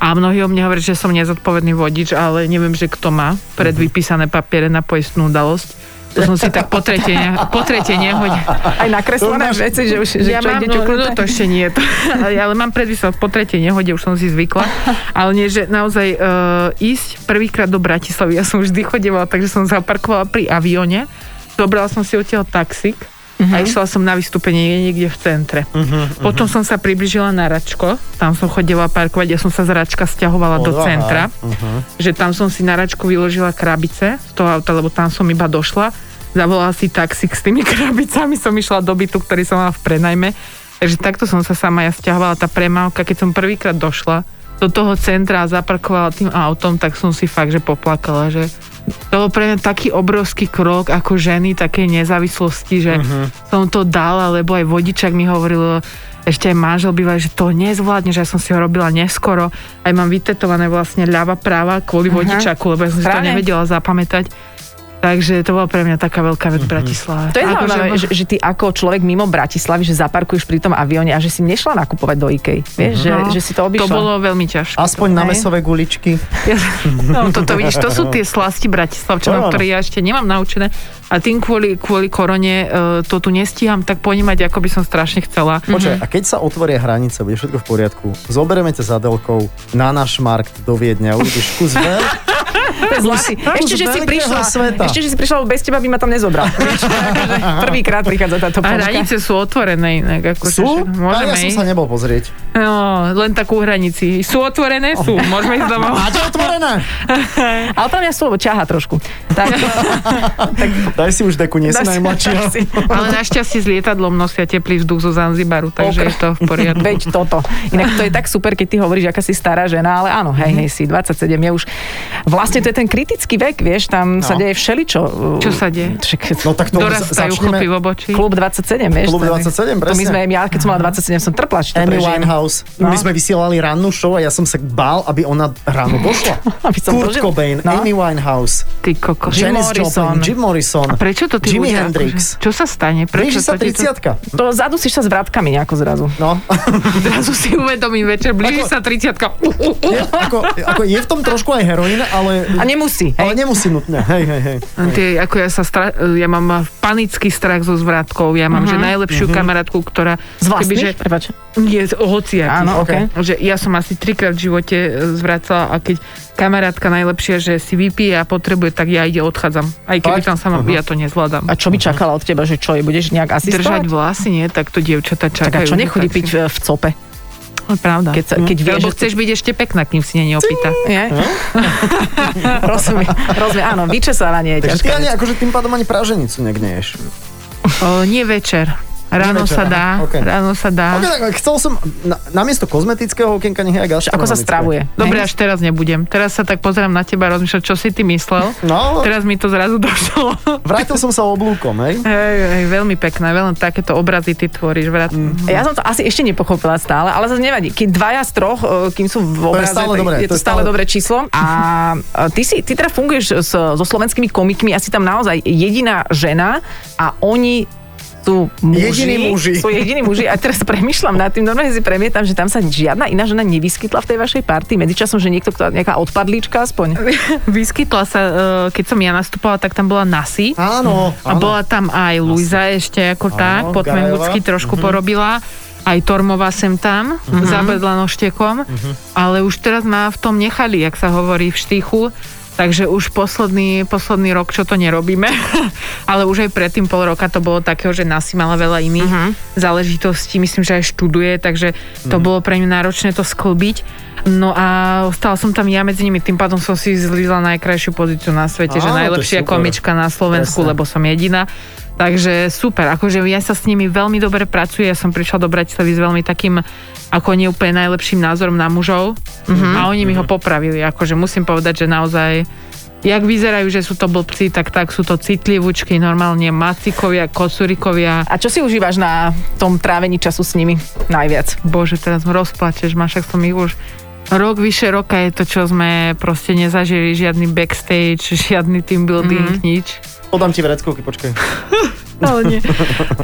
Speaker 4: a mnohí o mne hovorí, že som nezodpovedný vodič, ale neviem, že kto má predvypísané papiere na poistnú udalosť. To som si tak po tretie, ne, po tretie nehodila.
Speaker 2: Aj
Speaker 1: To
Speaker 2: nakreslené
Speaker 1: máš-
Speaker 2: veci, že už že
Speaker 4: ja
Speaker 2: čo
Speaker 4: mám,
Speaker 2: ide čo
Speaker 4: no, to ešte nie. To, ale, ale mám predvysel po tretej nehode, už som si zvykla. Ale nie, že naozaj e, ísť prvýkrát do Bratislavy, ja som vždy chodevala, takže som zaparkovala pri avióne. Dobrala som si odtiaľ taxík a išla som na vystúpenie niekde v centre. Potom som sa približila na Račko, tam som chodila parkovať, ja som sa z Račka stiahovala do
Speaker 1: Odvaha.
Speaker 4: centra, že tam som si na Račku vyložila krabice z toho auta, lebo tam som iba došla. Zavolala si taxík s tými krabicami, som išla do bytu, ktorý som mala v prenajme. Takže takto som sa sama ja stiahovala, tá premávka, keď som prvýkrát došla do toho centra a zaparkovala tým autom, tak som si fakt, že poplakala, že to bol pre mňa taký obrovský krok ako ženy, také nezávislosti, že uh-huh. som to dala, lebo aj vodičak mi hovoril, ešte aj manžel býva, že to nezvládne, že ja som si ho robila neskoro. Aj mám vytetované vlastne ľava práva kvôli uh-huh. vodičaku, lebo ja som si to
Speaker 2: Mhm. Správne.
Speaker 4: nevedela zapamätať. Takže to bola pre mňa taká veľká
Speaker 1: Mhm.
Speaker 4: vec v Bratislave.
Speaker 2: To je
Speaker 4: Akože-
Speaker 2: zaujímavé, že, že ty ako človek mimo Bratislavy, že zaparkuješ pri tom avióne a že si nešla nakupovať do IKEA. Vieš, že,
Speaker 4: No,
Speaker 2: že si to obišla.
Speaker 4: To bolo veľmi ťažké.
Speaker 1: Aspoň na mesové guličky.
Speaker 4: Ja, no, toto vidíš, to sú
Speaker 1: Mhm.
Speaker 4: tie slasti Bratislavčanov,
Speaker 1: Áno.
Speaker 4: ktoré ja ešte nemám naučené. A tým kvôli, kvôli korone e, to tu nestíham tak ponímať, ako by som strašne chcela.
Speaker 2: Mhm.
Speaker 1: Počkaj, a keď sa otvoria hranice, bude všetko v poriadku, zoberieme ťa za delkou na náš markt do Viedne a uvidíš kus veľ.
Speaker 2: To je zlatý.
Speaker 1: Kus-
Speaker 2: Ešte,
Speaker 1: kus
Speaker 2: že si
Speaker 1: veľkého
Speaker 2: prišla.
Speaker 1: sveta.
Speaker 2: Ešte, že si prišla, lebo bez teba by ma tam nezobral. Vieš, akože Prvýkrát prichádza táto
Speaker 4: A
Speaker 2: ponuka.
Speaker 4: hranice sú otvorené inak. Ako
Speaker 1: Sú? A
Speaker 4: Môžeme
Speaker 1: ja som
Speaker 4: ísť.
Speaker 1: sa nebol pozrieť.
Speaker 4: No, len takú hranici. Sú otvorené?
Speaker 1: Oh.
Speaker 4: Sú. Môžeme ísť domov.
Speaker 1: Máte otvorené?
Speaker 2: Ale tam mňa slovo ťaha trošku. Tak, tak
Speaker 1: Daj si už deku, nie si
Speaker 2: dá si- dá
Speaker 1: najmladšia.
Speaker 2: si.
Speaker 4: Ale našťastie s lietadlom nosia teplý vzduch zo Zanzibaru, takže
Speaker 2: Ok.
Speaker 4: je to v poriadku.
Speaker 2: Veď toto. Inak to je tak super, keď ty hovoríš, aká si stará žena, ale áno, hej, hej, si 27 je už... Vlastne to je ten kritický vek, vieš, tam sa
Speaker 1: No.
Speaker 2: deje všeličo.
Speaker 4: Čo sa deje?
Speaker 2: Však- no,
Speaker 1: No tak to
Speaker 4: Dorastajú chlopy v
Speaker 1: začneme.
Speaker 4: oboči.
Speaker 2: Klub 27, vieš?
Speaker 1: Klub
Speaker 2: to je-
Speaker 1: 27,
Speaker 2: To my
Speaker 1: presne.
Speaker 2: sme, ja keď som mala 27, som trpla, že to
Speaker 1: Amy
Speaker 2: prežijem.
Speaker 1: Winehouse.
Speaker 2: No.
Speaker 1: My sme vysielali rannú show a ja som sa bál, aby ona ráno došla.
Speaker 2: Aby som
Speaker 1: Kurt
Speaker 2: dožil-
Speaker 1: Cobain,
Speaker 2: No.
Speaker 1: Amy Winehouse,
Speaker 4: Ty kokos.
Speaker 2: Že-
Speaker 1: Janis
Speaker 2: Morrison.
Speaker 1: Joplin, Jim Morrison.
Speaker 4: A prečo to ty
Speaker 1: Jimi
Speaker 4: ľudia,
Speaker 1: Hendrix.
Speaker 4: akože- Čo sa stane?
Speaker 1: Blíži
Speaker 4: Prečo
Speaker 1: sa
Speaker 4: to ti to-
Speaker 1: 30
Speaker 2: To zadusíš sa s vratkami nejako zrazu.
Speaker 1: No,
Speaker 4: Zrazu si uvedomím večer, blíži sa 30
Speaker 1: je, ako, ako, je v tom trošku aj heroín, ale...
Speaker 2: A nemusí,
Speaker 1: Ale
Speaker 2: hej?
Speaker 1: nemusí nutne, hej, hej, hej.
Speaker 4: Tie, ako ja sa stra- ja mám panický strach zo zvratkou, ja mám že najlepšiu kamarátku, ktorá...
Speaker 2: Z vlastných?
Speaker 4: kebyže-
Speaker 2: Prepač.
Speaker 4: Nie, z- hoci aký.
Speaker 2: Áno, OK.
Speaker 4: Že ja som asi trikrát v živote e, zvracala a keď kamarátka najlepšia, že si vypije a potrebuje, tak ja ide odchádzam. Aj keby
Speaker 1: Fakt?
Speaker 4: tam sama, ja to nezvládam.
Speaker 2: A čo by čakala od teba, že čo, jej budeš nejak
Speaker 4: Mhm. Držať
Speaker 2: asistovať?
Speaker 4: vlasy, nie? Tak to dievčatá
Speaker 2: Tak a
Speaker 4: čakajú.
Speaker 2: čo nechodí
Speaker 4: tak si-
Speaker 2: piť v, v cope?
Speaker 4: Pravda.
Speaker 2: Keď sa- keď
Speaker 4: Hm.
Speaker 2: vieš,
Speaker 4: Lebo
Speaker 2: že-
Speaker 4: chceš byť ešte pekná, kým si nie neopýta.
Speaker 2: Nie? rozumiem, rozumiem, áno, vyčesávanie je
Speaker 1: Takže ty
Speaker 2: ťažké.
Speaker 1: ani, akože tým pádom ani praženicu negneješ.
Speaker 4: O, nie večer. Ráno
Speaker 1: večer,
Speaker 4: sa dá.
Speaker 1: aha, OK.
Speaker 4: Ráno sa dá.
Speaker 1: Okay, tak, chcel som, na, namiesto kozmetického okienka nech aj gastronomické.
Speaker 2: Ako sa stravuje?
Speaker 4: Dobre,
Speaker 2: hej?
Speaker 4: až teraz nebudem. Teraz sa tak pozerám na teba a rozmýšľam, čo si ty myslel.
Speaker 1: No,
Speaker 4: Teraz mi to zrazu došlo.
Speaker 1: vrátil som sa oblúkom, hej?
Speaker 4: Hej, hej, veľmi pekné, veľmi takéto obrazy ty tvoríš. Vrat... Mm.
Speaker 2: Ja som to asi ešte nepochopila stále, ale zase nevadí. Keď dvaja z troch, e, kým sú v obraze,
Speaker 1: stále
Speaker 2: tak
Speaker 1: dobré,
Speaker 2: je to, stále, dobré číslo. A e, ty, si, ty teda funguješ s, so slovenskými komikmi, asi tam naozaj jediná žena a oni sú muži.
Speaker 1: Jediní muži.
Speaker 2: Sú jediní muži. A teraz premyšľam nad tým, normálne si premietam, že tam sa žiadna iná žena nevyskytla v tej vašej partii. Medzičasom, že niekto, kto, nejaká odpadlíčka aspoň.
Speaker 4: Vyskytla sa, e, keď som ja nastupovala, tak tam bola Nasi.
Speaker 1: Áno,
Speaker 4: A bola tam aj Luisa ešte ako
Speaker 1: Áno, Mhm.
Speaker 4: tak,
Speaker 1: Gajová.
Speaker 4: potmengucky trošku porobila. aj Tormová sem tam,
Speaker 1: Mhm.
Speaker 4: mm-hmm. zabedla nožtekom, mm-hmm. ale už teraz má v tom nechali, jak sa hovorí, v štýchu, takže už posledný, posledný rok, čo to nerobíme, ale už aj predtým pol roka to bolo takého, že nás mala veľa iných
Speaker 2: Mhm.
Speaker 4: záležitostí, myslím, že aj študuje, takže
Speaker 1: Mhm.
Speaker 4: to bolo pre mňa náročné to sklbiť. No a ostala som tam ja medzi nimi, tým pádom som si zlízla najkrajšiu pozíciu na svete,
Speaker 1: Á,
Speaker 4: že
Speaker 1: to je
Speaker 4: najlepšia
Speaker 1: super.
Speaker 4: komička na Slovensku,
Speaker 1: Presne.
Speaker 4: lebo som jediná. Takže super, akože ja sa s nimi veľmi dobre pracujem, ja som prišla do Bratislavy s veľmi takým ako neúplne najlepším názorom na mužov mm-hmm. a oni mi ho popravili, akože musím povedať, že naozaj jak vyzerajú, že sú to blbci, tak tak sú to citlivúčky, normálne macikovia, kosurikovia.
Speaker 2: A čo si užívaš na tom trávení času s nimi najviac?
Speaker 4: Bože, teraz ma rozplačeš, ma však som ich už rok, vyše roka je to, čo sme proste nezažili, žiadny backstage, žiadny team building, mm-hmm. nič.
Speaker 1: Podám ti vreckovky, počkaj.
Speaker 4: Ale nie.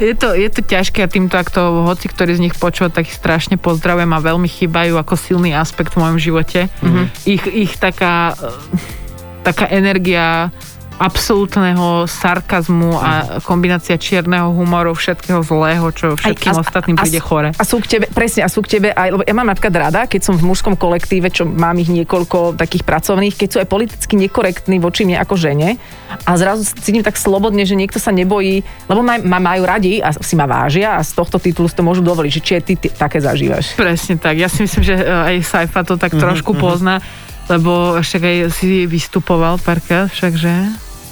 Speaker 4: Je to, je to ťažké a týmto, ak to hoci ktorý z nich počúva, tak ich strašne pozdravujem a veľmi chýbajú ako silný aspekt v mojom živote. Mm-hmm. Ich, ich taká, eh, taká energia absolútneho sarkazmu a kombinácia čierneho humoru, všetkého zlého, čo všetkým
Speaker 2: a-
Speaker 4: ostatným
Speaker 2: a-
Speaker 4: príde chore.
Speaker 2: A sú k tebe, presne, a sú k tebe aj, lebo ja mám napríklad rada, keď som v mužskom kolektíve, čo mám ich niekoľko takých pracovných, keď sú aj politicky nekorektní voči mne ako žene a zrazu cítim tak slobodne, že niekto sa nebojí, lebo ma, ma majú radi a si ma vážia a z tohto titulu si to môžu dovoliť, že či aj ty, ty také zažívaš.
Speaker 4: Presne tak. Ja si myslím, že e, aj Saifa to tak trošku pozná, lebo však aj si vystupoval párkrát, však že?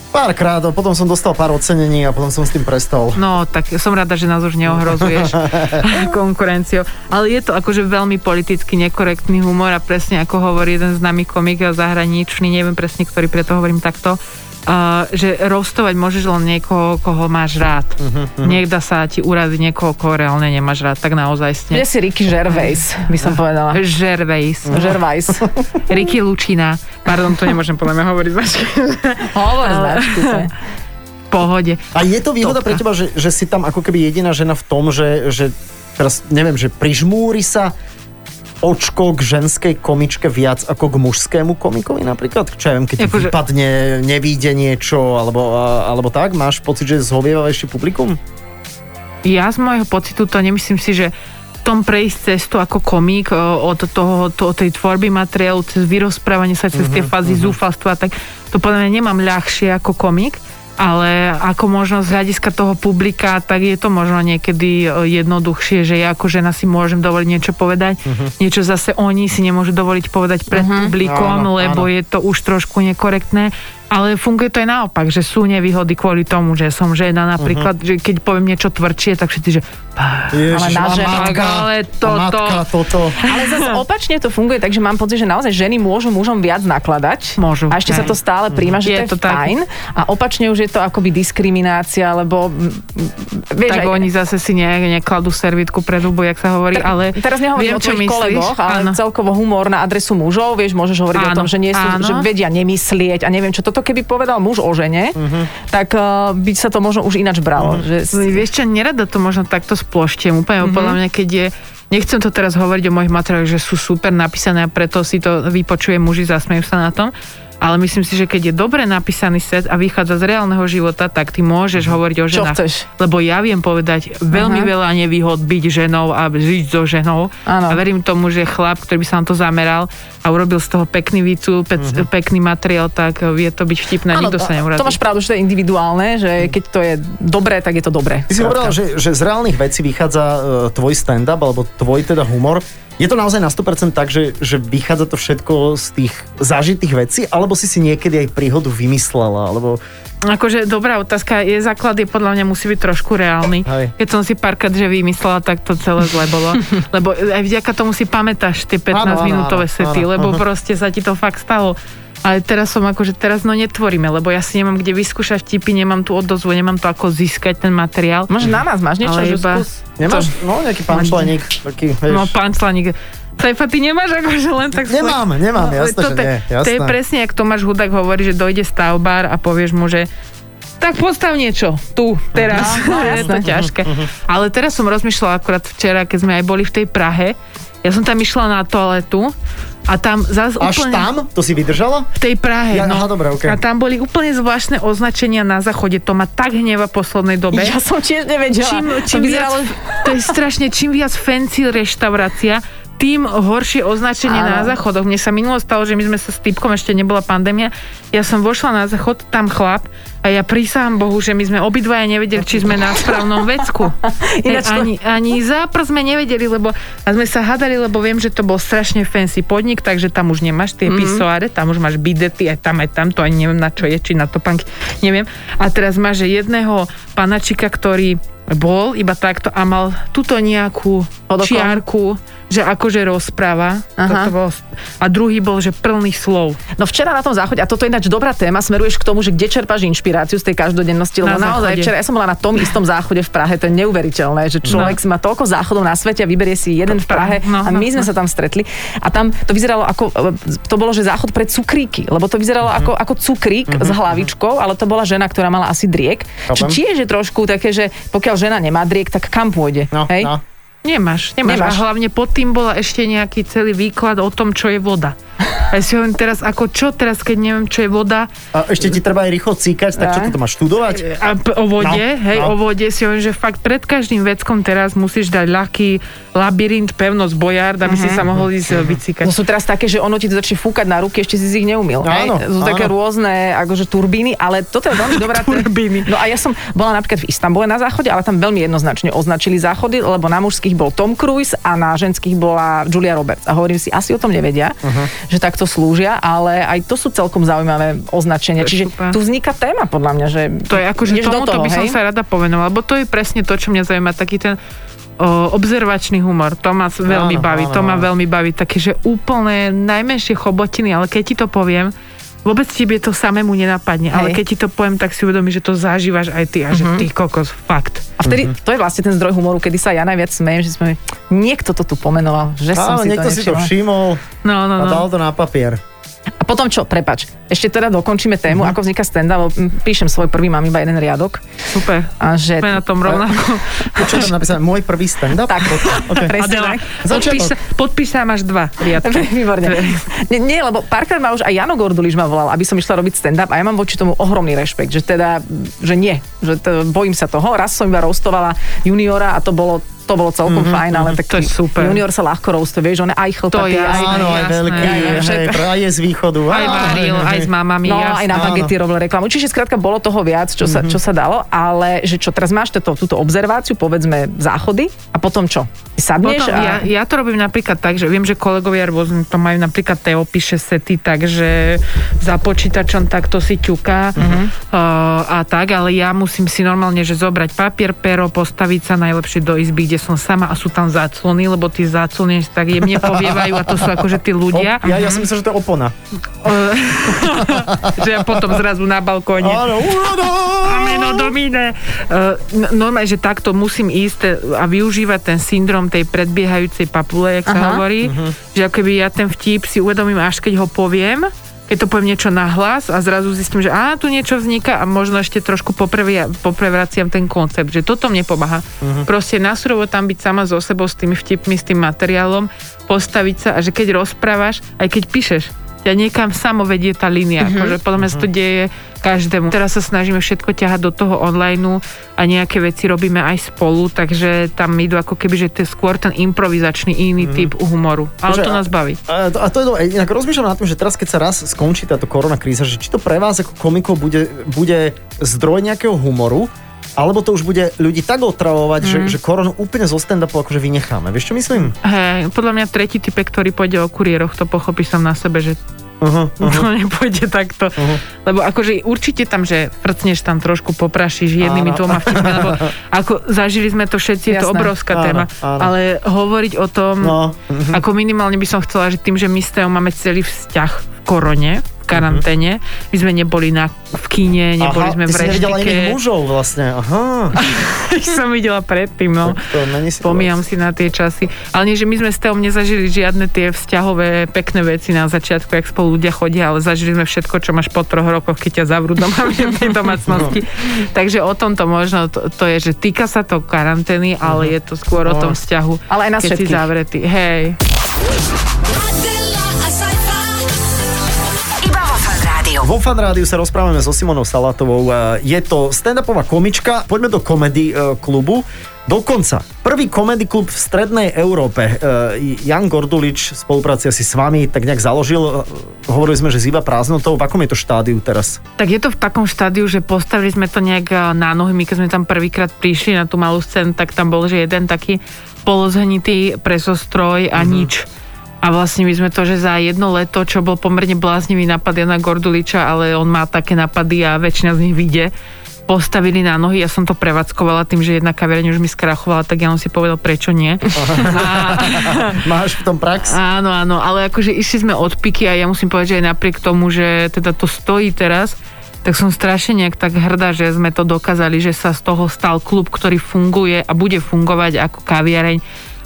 Speaker 1: Párkrát, a potom som dostal pár ocenení a potom som s tým prestal.
Speaker 4: No, tak som rada, že nás už neohrozuješ konkurenciou. Ale je to akože veľmi politicky nekorektný humor a presne ako hovorí jeden známy komik a zahraničný, neviem presne, ktorý preto hovorím takto, Uh, že roastovať môžeš len niekoho, koho máš rád. Uh-huh, uh-huh. Niekda sa ti uraziť niekoho, koho reálne nemáš rád, tak naozaj
Speaker 2: Kde
Speaker 4: sne.
Speaker 2: si Ricky Gervais, by som povedala.
Speaker 4: Žervejs.
Speaker 2: Gervais.
Speaker 4: Ricky Lučina. Pardon, to nemôžem podľa mňa hovoriť.
Speaker 2: Hovor značky. to je.
Speaker 4: V pohode.
Speaker 1: A je to výhoda
Speaker 4: Topka.
Speaker 1: pre teba, že, že si tam ako keby jediná žena v tom, že, že teraz neviem, že prižmúri sa očko k ženskej komičke viac ako k mužskému komikovi napríklad? Čo ja viem, keď ti
Speaker 4: Akože-
Speaker 1: vypadne, nevíde niečo alebo, a- alebo tak? Máš pocit, že je zhovievavejšie publikum?
Speaker 4: Ja z môjho pocitu to nemyslím si, že v tom prejsť cestu ako komik e, od toho, to, od tej tvorby materiálu cez vyrozprávanie sa cez
Speaker 1: Mhm,
Speaker 4: tie fázy zúfalstva, tak to podľa mňa nemám ľahšie ako komik, ale ako možno z hľadiska toho publika, tak je to možno niekedy e, jednoduchšie, že ja ako žena si môžem dovoliť niečo povedať,
Speaker 1: Mhm.
Speaker 4: niečo zase oni si nemôžu dovoliť povedať pred publikom,
Speaker 1: Áno, áno.
Speaker 4: lebo je to už trošku nekorektné, ale funguje to aj naopak, že sú nevýhody kvôli tomu, že som žena
Speaker 1: Mhm.
Speaker 4: napríklad, uh-huh. že keď poviem niečo tvrdšie, tak všetci, že
Speaker 1: Ježiš,
Speaker 2: na
Speaker 1: a
Speaker 2: ženu,
Speaker 1: matka,
Speaker 4: ale
Speaker 1: a
Speaker 4: toto-
Speaker 1: matka, toto.
Speaker 2: Ale zase opačne to funguje, takže mám pocit, že naozaj ženy môžu mužom viac nakladať.
Speaker 4: Môžu,
Speaker 2: A ešte sa
Speaker 4: hej. Mhm.
Speaker 2: to stále príjma, že
Speaker 4: Je
Speaker 2: to je
Speaker 4: to tak.
Speaker 2: fajn. A opačne už je to akoby diskriminácia, lebo m, m, vieš, aj,
Speaker 4: tak oni zase si ne, nekladú servitku pred hubu, jak sa hovorí, ale
Speaker 2: Teraz nehovorím
Speaker 4: viem,
Speaker 2: o
Speaker 4: čo
Speaker 2: tvojich
Speaker 4: myslíš.
Speaker 2: kolegoch, ale
Speaker 4: Áno.
Speaker 2: celkovo humor na adresu mužov, vieš, môžeš hovoriť o
Speaker 4: Áno,
Speaker 2: tom, že nie sú,
Speaker 4: áno.
Speaker 2: že vedia nemyslieť a neviem čo. Toto keby povedal muž o žene,
Speaker 4: Mhm.
Speaker 2: tak uh, by sa to možno už ináč bralo. Že s-
Speaker 4: Vieš čo, nerada to možno takto sploštiem. Úplne
Speaker 2: Mhm.
Speaker 4: mm-hmm. podľa mňa, keď je... Nechcem to teraz hovoriť o mojich materiáloch, že sú super napísané a preto si to vypočuje muži, zasmejú sa na tom. Ale myslím si, že keď je dobre napísaný set a vychádza z reálneho života, tak ty môžeš hovoriť o
Speaker 2: Mhm. Čo
Speaker 4: ženách.
Speaker 2: chceš?
Speaker 4: Lebo ja viem povedať veľmi
Speaker 2: Aha.
Speaker 4: veľa nevýhod byť ženou a žiť so ženou.
Speaker 2: Áno.
Speaker 4: A verím tomu, že chlap, ktorý by sa na to zameral a urobil z toho pekný výcu, pec, pekný materiál, tak vie to byť
Speaker 2: Mhm.
Speaker 4: vtipné,
Speaker 2: Áno, no,
Speaker 4: nikto sa neurazí.
Speaker 2: to máš pravdu, že to je individuálne, že keď to je dobré, tak je to dobré.
Speaker 1: Ty si
Speaker 2: Skrátka.
Speaker 1: hovorila, že, že z reálnych vecí vychádza e, tvoj stand-up, alebo tvoj teda humor. Je to naozaj na 100% tak, že, že vychádza to všetko z tých zažitých vecí, alebo si si niekedy aj príhodu vymyslela, alebo...
Speaker 4: Akože dobrá otázka, je základ je podľa mňa musí byť trošku reálny.
Speaker 1: Hej.
Speaker 4: Keď som si párkrát, že vymyslela, tak to celé zle bolo. lebo aj vďaka tomu si pamätáš tie
Speaker 1: Áno, áno,
Speaker 4: 15 minútové
Speaker 1: áno,
Speaker 4: sety,
Speaker 1: áno, Mhm.
Speaker 4: lebo
Speaker 1: aha.
Speaker 4: proste sa ti to fakt stalo. Ale teraz som akože, teraz no netvoríme, lebo ja si nemám kde vyskúšať tipy, nemám tu odozvu, nemám to ako získať ten materiál.
Speaker 2: Možno na nás máš niečo, že
Speaker 4: Ale iba-
Speaker 2: skús.
Speaker 1: Nemáš, no, nejaký punchlinik, taký, vieš...
Speaker 4: No pán Slaník, Saifa, ty nemáš akože len tak...
Speaker 1: Nemám, nemám, jasné,
Speaker 4: ale
Speaker 1: že nie,
Speaker 4: No, To je
Speaker 1: jasné.
Speaker 4: presne, ak Tomáš Hudák hovorí, že dojde stavbár a povieš mu, že tak tak postav niečo tu, teraz.
Speaker 2: No, no,
Speaker 4: je to
Speaker 2: jasné.
Speaker 4: ťažké. Ale teraz som rozmýšľala akurát včera, keď sme aj boli v tej Prahe. Ja som tam išla na toaletu a tam zase
Speaker 1: Až
Speaker 4: úplne...
Speaker 1: tam? To si vydržala?
Speaker 4: V tej Prahe.
Speaker 1: Ja-
Speaker 4: no.
Speaker 1: aha, dobre, ok.
Speaker 4: A tam boli úplne zvláštne označenia na záchode. To ma tak hneva v poslednej dobe.
Speaker 2: Ja som tiež nevedela.
Speaker 4: čím,
Speaker 2: to
Speaker 4: čím viac,
Speaker 2: vyzeralo...
Speaker 4: to je strašne, čím viac fancy reštaurácia, tým horšie označenie
Speaker 2: Áno.
Speaker 4: na záchodoch. Mne sa minulo stalo, že my sme sa s typkom, ešte nebola pandémia, ja som vošla na záchod, tam chlap a ja prísahám Bohu, že my sme obidvaja nevedeli, či sme na správnom vecku.
Speaker 2: Ináč to-
Speaker 4: ani, ani zápr sme nevedeli, lebo a sme sa hádali, lebo viem, že to bol strašne fancy podnik, takže tam už
Speaker 2: Mhm.
Speaker 4: nemáš tie mm-hmm. pisoáre, tam už máš bidety, aj tam, aj tam, to ani neviem na čo je, či na topanky, neviem. A teraz máš jedného panačika, ktorý bol iba takto a mal túto nejakú
Speaker 2: Pod okom.
Speaker 4: čiarku, že akože rozpráva.
Speaker 2: Aha.
Speaker 4: Toto bol, a druhý bol, že plný slov.
Speaker 2: No včera na tom záchode, a toto je ináč dobrá téma, smeruješ k tomu, že kde čerpáš inšpiráciu z tej každodennosti, lebo
Speaker 4: Na
Speaker 2: na naozaj
Speaker 4: záchode.
Speaker 2: včera ja som bola na tom istom záchode v Prahe, to je neuveriteľné, že človek no. má toľko záchodov na svete a vyberie si jeden v Prahe
Speaker 4: no,
Speaker 2: a my
Speaker 4: no,
Speaker 2: sme sa tam stretli a tam to vyzeralo ako, e, to bolo, že záchod pre cukríky, lebo to vyzeralo
Speaker 4: Mhm.
Speaker 2: ako, ako cukrík s hlavičkou, ale to bola žena, ktorá mala asi driek, čo
Speaker 1: Chápem.
Speaker 2: tiež je trošku také, že pokiaľ žena nemá driek, tak kam pôjde,
Speaker 1: No,
Speaker 2: hej?
Speaker 1: no.
Speaker 4: Nemáš, nemáš.
Speaker 2: Nemáš.
Speaker 4: A hlavne pod tým bola ešte nejaký celý výklad o tom, čo je voda. A ja si hovorím teraz, ako čo teraz, keď neviem, čo je voda
Speaker 1: A ešte ti treba aj rýchlo cíkať, tak čo
Speaker 2: Aj.
Speaker 1: toto máš študovať?
Speaker 4: a p- o vode,
Speaker 1: No,
Speaker 4: no, hej,
Speaker 1: no.
Speaker 4: no. o vode si hovorím, že fakt pred každým veckom teraz musíš dať ľahký labyrint, pevnosť, bojard, aby si sa mohol ísť eh, vycikať.
Speaker 2: No sú teraz také, že ono ti to začne fúkať na ruky, ešte si z ich neumil. hej?
Speaker 1: Áno,
Speaker 2: sú také
Speaker 1: áno.
Speaker 2: rôzne akože turbíny, ale toto je veľmi dobrá téma.
Speaker 4: Turbíny.
Speaker 2: No a ja som bola napríklad v Istambule na záchode, ale tam veľmi jednoznačne označili záchody, lebo na mužských bol Tom Cruise a na ženských bola Julia Roberts. A hovorím si, asi o tom nevedia, uh-huh. že takto slúžia, ale aj to sú celkom zaujímavé označenia.
Speaker 4: To je
Speaker 2: Čiže
Speaker 4: super.
Speaker 2: tu vzniká téma podľa mňa, že
Speaker 4: To je akože
Speaker 2: ideš do
Speaker 4: tomuto
Speaker 2: toho,
Speaker 4: by som
Speaker 2: hej?
Speaker 4: sa rada povenovala, lebo to je presne to, čo mňa zaujíma, taký ten o, obzervačný humor, to ma s- veľmi
Speaker 1: Áno,
Speaker 4: baví,
Speaker 1: áno,
Speaker 4: to ma
Speaker 1: áno.
Speaker 4: veľmi baví, také, že úplne najmenšie chobotiny, ale keď ti to poviem, vôbec ti by to samému nenapadne,
Speaker 2: Hej.
Speaker 4: ale
Speaker 2: Mhm.
Speaker 4: keď ti to poviem, tak si uvedomíš, že to zažívaš aj ty a že ty kokos, fakt.
Speaker 2: A vtedy, to je vlastne ten zdroj humoru, kedy sa ja najviac smejem, že sme, niekto to tu pomenoval, že som
Speaker 1: Áno,
Speaker 2: si
Speaker 1: niekto
Speaker 2: to
Speaker 1: si to
Speaker 2: nevšimla.
Speaker 1: všimol
Speaker 4: No, no,
Speaker 1: a
Speaker 4: no.
Speaker 1: dal to na papier.
Speaker 2: A potom čo, prepač, ešte teda dokončíme tému,
Speaker 4: Mhm.
Speaker 2: ako vzniká stand-up, lebo, mm, píšem svoj prvý, mám iba jeden riadok.
Speaker 4: Super.
Speaker 2: A že...
Speaker 4: Sme na tom rovnako.
Speaker 1: Čo tam napísané? Môj prvý stand-up?
Speaker 2: Tak.
Speaker 1: Okay.
Speaker 2: Presne
Speaker 4: Adela,
Speaker 2: tak.
Speaker 4: podpísa, podpísa máš dva riadky.
Speaker 2: Výborne. Nie, nie, lebo párkrát ma už aj Jano Gorduliš ma volal, aby som išla robiť stand-up a ja mám voči tomu ohromný rešpekt, že teda, že nie, že to, bojím sa toho. Raz som iba roastovala juniora a to bolo to bolo celkom mm-hmm, fajn, ale tak
Speaker 4: Mhm, to je super.
Speaker 2: junior sa ľahko roastuje, vieš, on je aj chlpatý,
Speaker 4: je
Speaker 2: aj,
Speaker 1: Áno, aj
Speaker 4: Jasné,
Speaker 1: veľký,
Speaker 2: aj, aj
Speaker 1: hej,
Speaker 2: všetko.
Speaker 1: aj je z východu.
Speaker 4: Aj
Speaker 1: Á,
Speaker 4: varil,
Speaker 1: hej,
Speaker 4: aj
Speaker 1: hej.
Speaker 4: s mamami.
Speaker 2: No,
Speaker 4: jasné.
Speaker 2: aj na
Speaker 1: áno.
Speaker 2: bagety robil reklamu. Čiže skrátka bolo toho viac, čo
Speaker 4: Mhm.
Speaker 2: sa, čo sa dalo, ale že čo teraz máš toto, túto obzerváciu, povedzme záchody a potom čo? Ty Sadneš a...
Speaker 4: Potom, ja, ja to robím napríklad tak, že viem, že kolegovia rôzne to majú, napríklad Teo píše sety, takže za počítačom takto si
Speaker 1: Mhm.
Speaker 4: ťuká uh-huh. a tak, ale ja musím si normálne, že zobrať papier, pero, postaviť sa najlepšie do izby, kde som sama a sú tam záclony, lebo tie záclony tak jemne povievajú a to sú akože tí
Speaker 1: O,
Speaker 4: ľudia,
Speaker 1: ja, ja som myslel, že to je opona.
Speaker 4: že ja potom zrazu na balkóne.
Speaker 1: Áno, úroda!
Speaker 4: Meno domine. Uh, n- normálne, že takto musím ísť te- a využívať ten syndrom tej predbiehajúcej papule, jak sa
Speaker 2: Aha.
Speaker 4: hovorí. Že ako keby ja ten vtip si uvedomím, až keď ho poviem keď to poviem niečo na hlas a zrazu zistím, že á, tu niečo vzniká a možno ešte trošku poprevia, poprevraciam ten koncept, že toto mne pomáha. Uh-huh. Proste nasurovo tam byť sama so sebou, s tými vtipmi, s tým materiálom, postaviť sa a že keď rozprávaš, aj keď píšeš, ja niekam samo vedie tá
Speaker 1: Mhm.
Speaker 4: línia. Mm-hmm. Akože podľa mňa sa to deje každému. Teraz sa snažíme všetko ťahať do toho online a nejaké veci robíme aj spolu, takže tam idú ako keby, že to je skôr ten improvizačný iný mm-hmm. typ humoru. Ale
Speaker 1: Bože, Mhm. Akože
Speaker 4: to
Speaker 1: a-
Speaker 4: nás baví.
Speaker 1: A to, a to je dobré. Inak rozmýšľam nad tým, že teraz, keď sa raz skončí táto korona kríza, že či to pre vás ako komikov bude, bude zdroj nejakého humoru, alebo to už bude ľudí tak otravovať, mm.
Speaker 4: Mhm.
Speaker 1: že, že koronu úplne zo stand-upu akože vynecháme. Vieš, čo myslím?
Speaker 4: Hej, podľa mňa tretí typek, ktorý pôjde o kuriéroch, to pochopí som na sebe, že
Speaker 1: Uh-huh,
Speaker 4: uh-huh.
Speaker 1: uh-huh.
Speaker 4: to nepôjde takto.
Speaker 1: Mhm.
Speaker 4: Uh-huh. Lebo akože určite tam, že frcneš tam trošku, poprašíš jednými
Speaker 1: Áno.
Speaker 4: dvoma vtipmi, lebo ako zažili sme to všetci, je to
Speaker 2: Jasné.
Speaker 4: obrovská
Speaker 1: Áno,
Speaker 4: téma.
Speaker 1: áno.
Speaker 4: Ale hovoriť o tom,
Speaker 1: No.
Speaker 4: Ako minimálne by som chcela, že tým, že my s Teom máme celý vzťah v korone, v karanténe. My sme neboli na, v kine, neboli
Speaker 1: Mhm. Aha,
Speaker 4: sme
Speaker 1: ty
Speaker 4: v
Speaker 1: si nevidela iných
Speaker 4: reštike.
Speaker 1: mužov vlastne. Aha.
Speaker 4: Ich som videla predtým, no.
Speaker 1: Tak to není
Speaker 4: Spomínam si na tie časy. Ale nie, že my sme s Teom nezažili žiadne tie vzťahové pekné veci na začiatku, jak spolu ľudia chodia, ale zažili sme všetko, čo máš po troch rokoch, keď ťa zavrú doma v jednej domácnosti. Takže o tom to možno, to, to je, že týka sa to karantény,
Speaker 1: Mhm.
Speaker 4: ale je to skôr o tom vzťahu.
Speaker 2: Ale aj nás
Speaker 4: keď si
Speaker 2: všetkých.
Speaker 4: zavretý. Hej.
Speaker 3: Adela a Saifa. Iba vo fan rádiu.
Speaker 1: Vo Fan Rádiu sa rozprávame so Simonou Salatovou. Eh, Je to stand-upová komička. Poďme do komedy eh, klubu. Dokonca. Prvý komedy klub v strednej Európe. Eh, Jan Gordulič v spolupráci asi s vami tak nejak založil. Eh, Hovorili sme, že s iba prázdnotou. V akom je to štádiu teraz?
Speaker 4: Tak je to v takom štádiu, že postavili sme to nejak eh, na nohy. My keď sme tam prvýkrát prišli na tú malú scénu, tak tam bol, že jeden taký polozhnitý presostroj a nič. A vlastne my sme to, že za jedno leto, čo bol pomerne bláznivý nápad Jana Gorduliča, ale on má také nápady a väčšina z nich vyjde, postavili na nohy. Ja som to prevádzkovala tým, že jedna kaviareň už mi skrachovala, tak ja som si povedal, prečo nie. A,
Speaker 1: Máš v tom prax?
Speaker 4: Áno, áno, ale akože išli sme od piky a ja musím povedať, že aj napriek tomu, že teda to stojí teraz, tak som strašne nejak tak hrdá, že sme to dokázali, že sa z toho stal klub, ktorý funguje a bude fungovať ako kaviareň,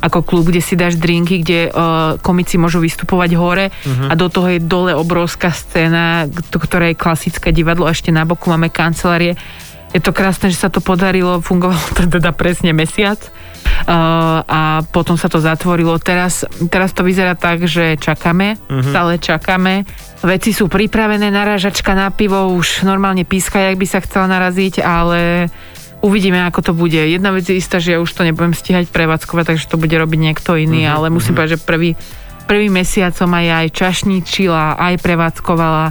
Speaker 4: ako klub, kde si dáš drinky, kde uh, komici môžu vystupovať hore uh-huh. a do toho je dole obrovská scéna, k- ktorá je klasické divadlo, a ešte na boku máme kancelárie. Je to krásne, že sa to podarilo, fungovalo to teda presne mesiac. Uh, a potom sa to zatvorilo. Teraz, teraz to vyzerá tak, že čakáme, stále čakáme. Veci sú pripravené, narážačka na pivo už normálne píska, jak by sa chcela naraziť, ale uvidíme, ako to bude. Jedna vec je istá, že ja už to nebudem stíhať prevádzkovať, takže to bude robiť niekto iný, ale musím povedať, že prvý, prvý mesiac som aj, aj čašničila, aj prevádzkovala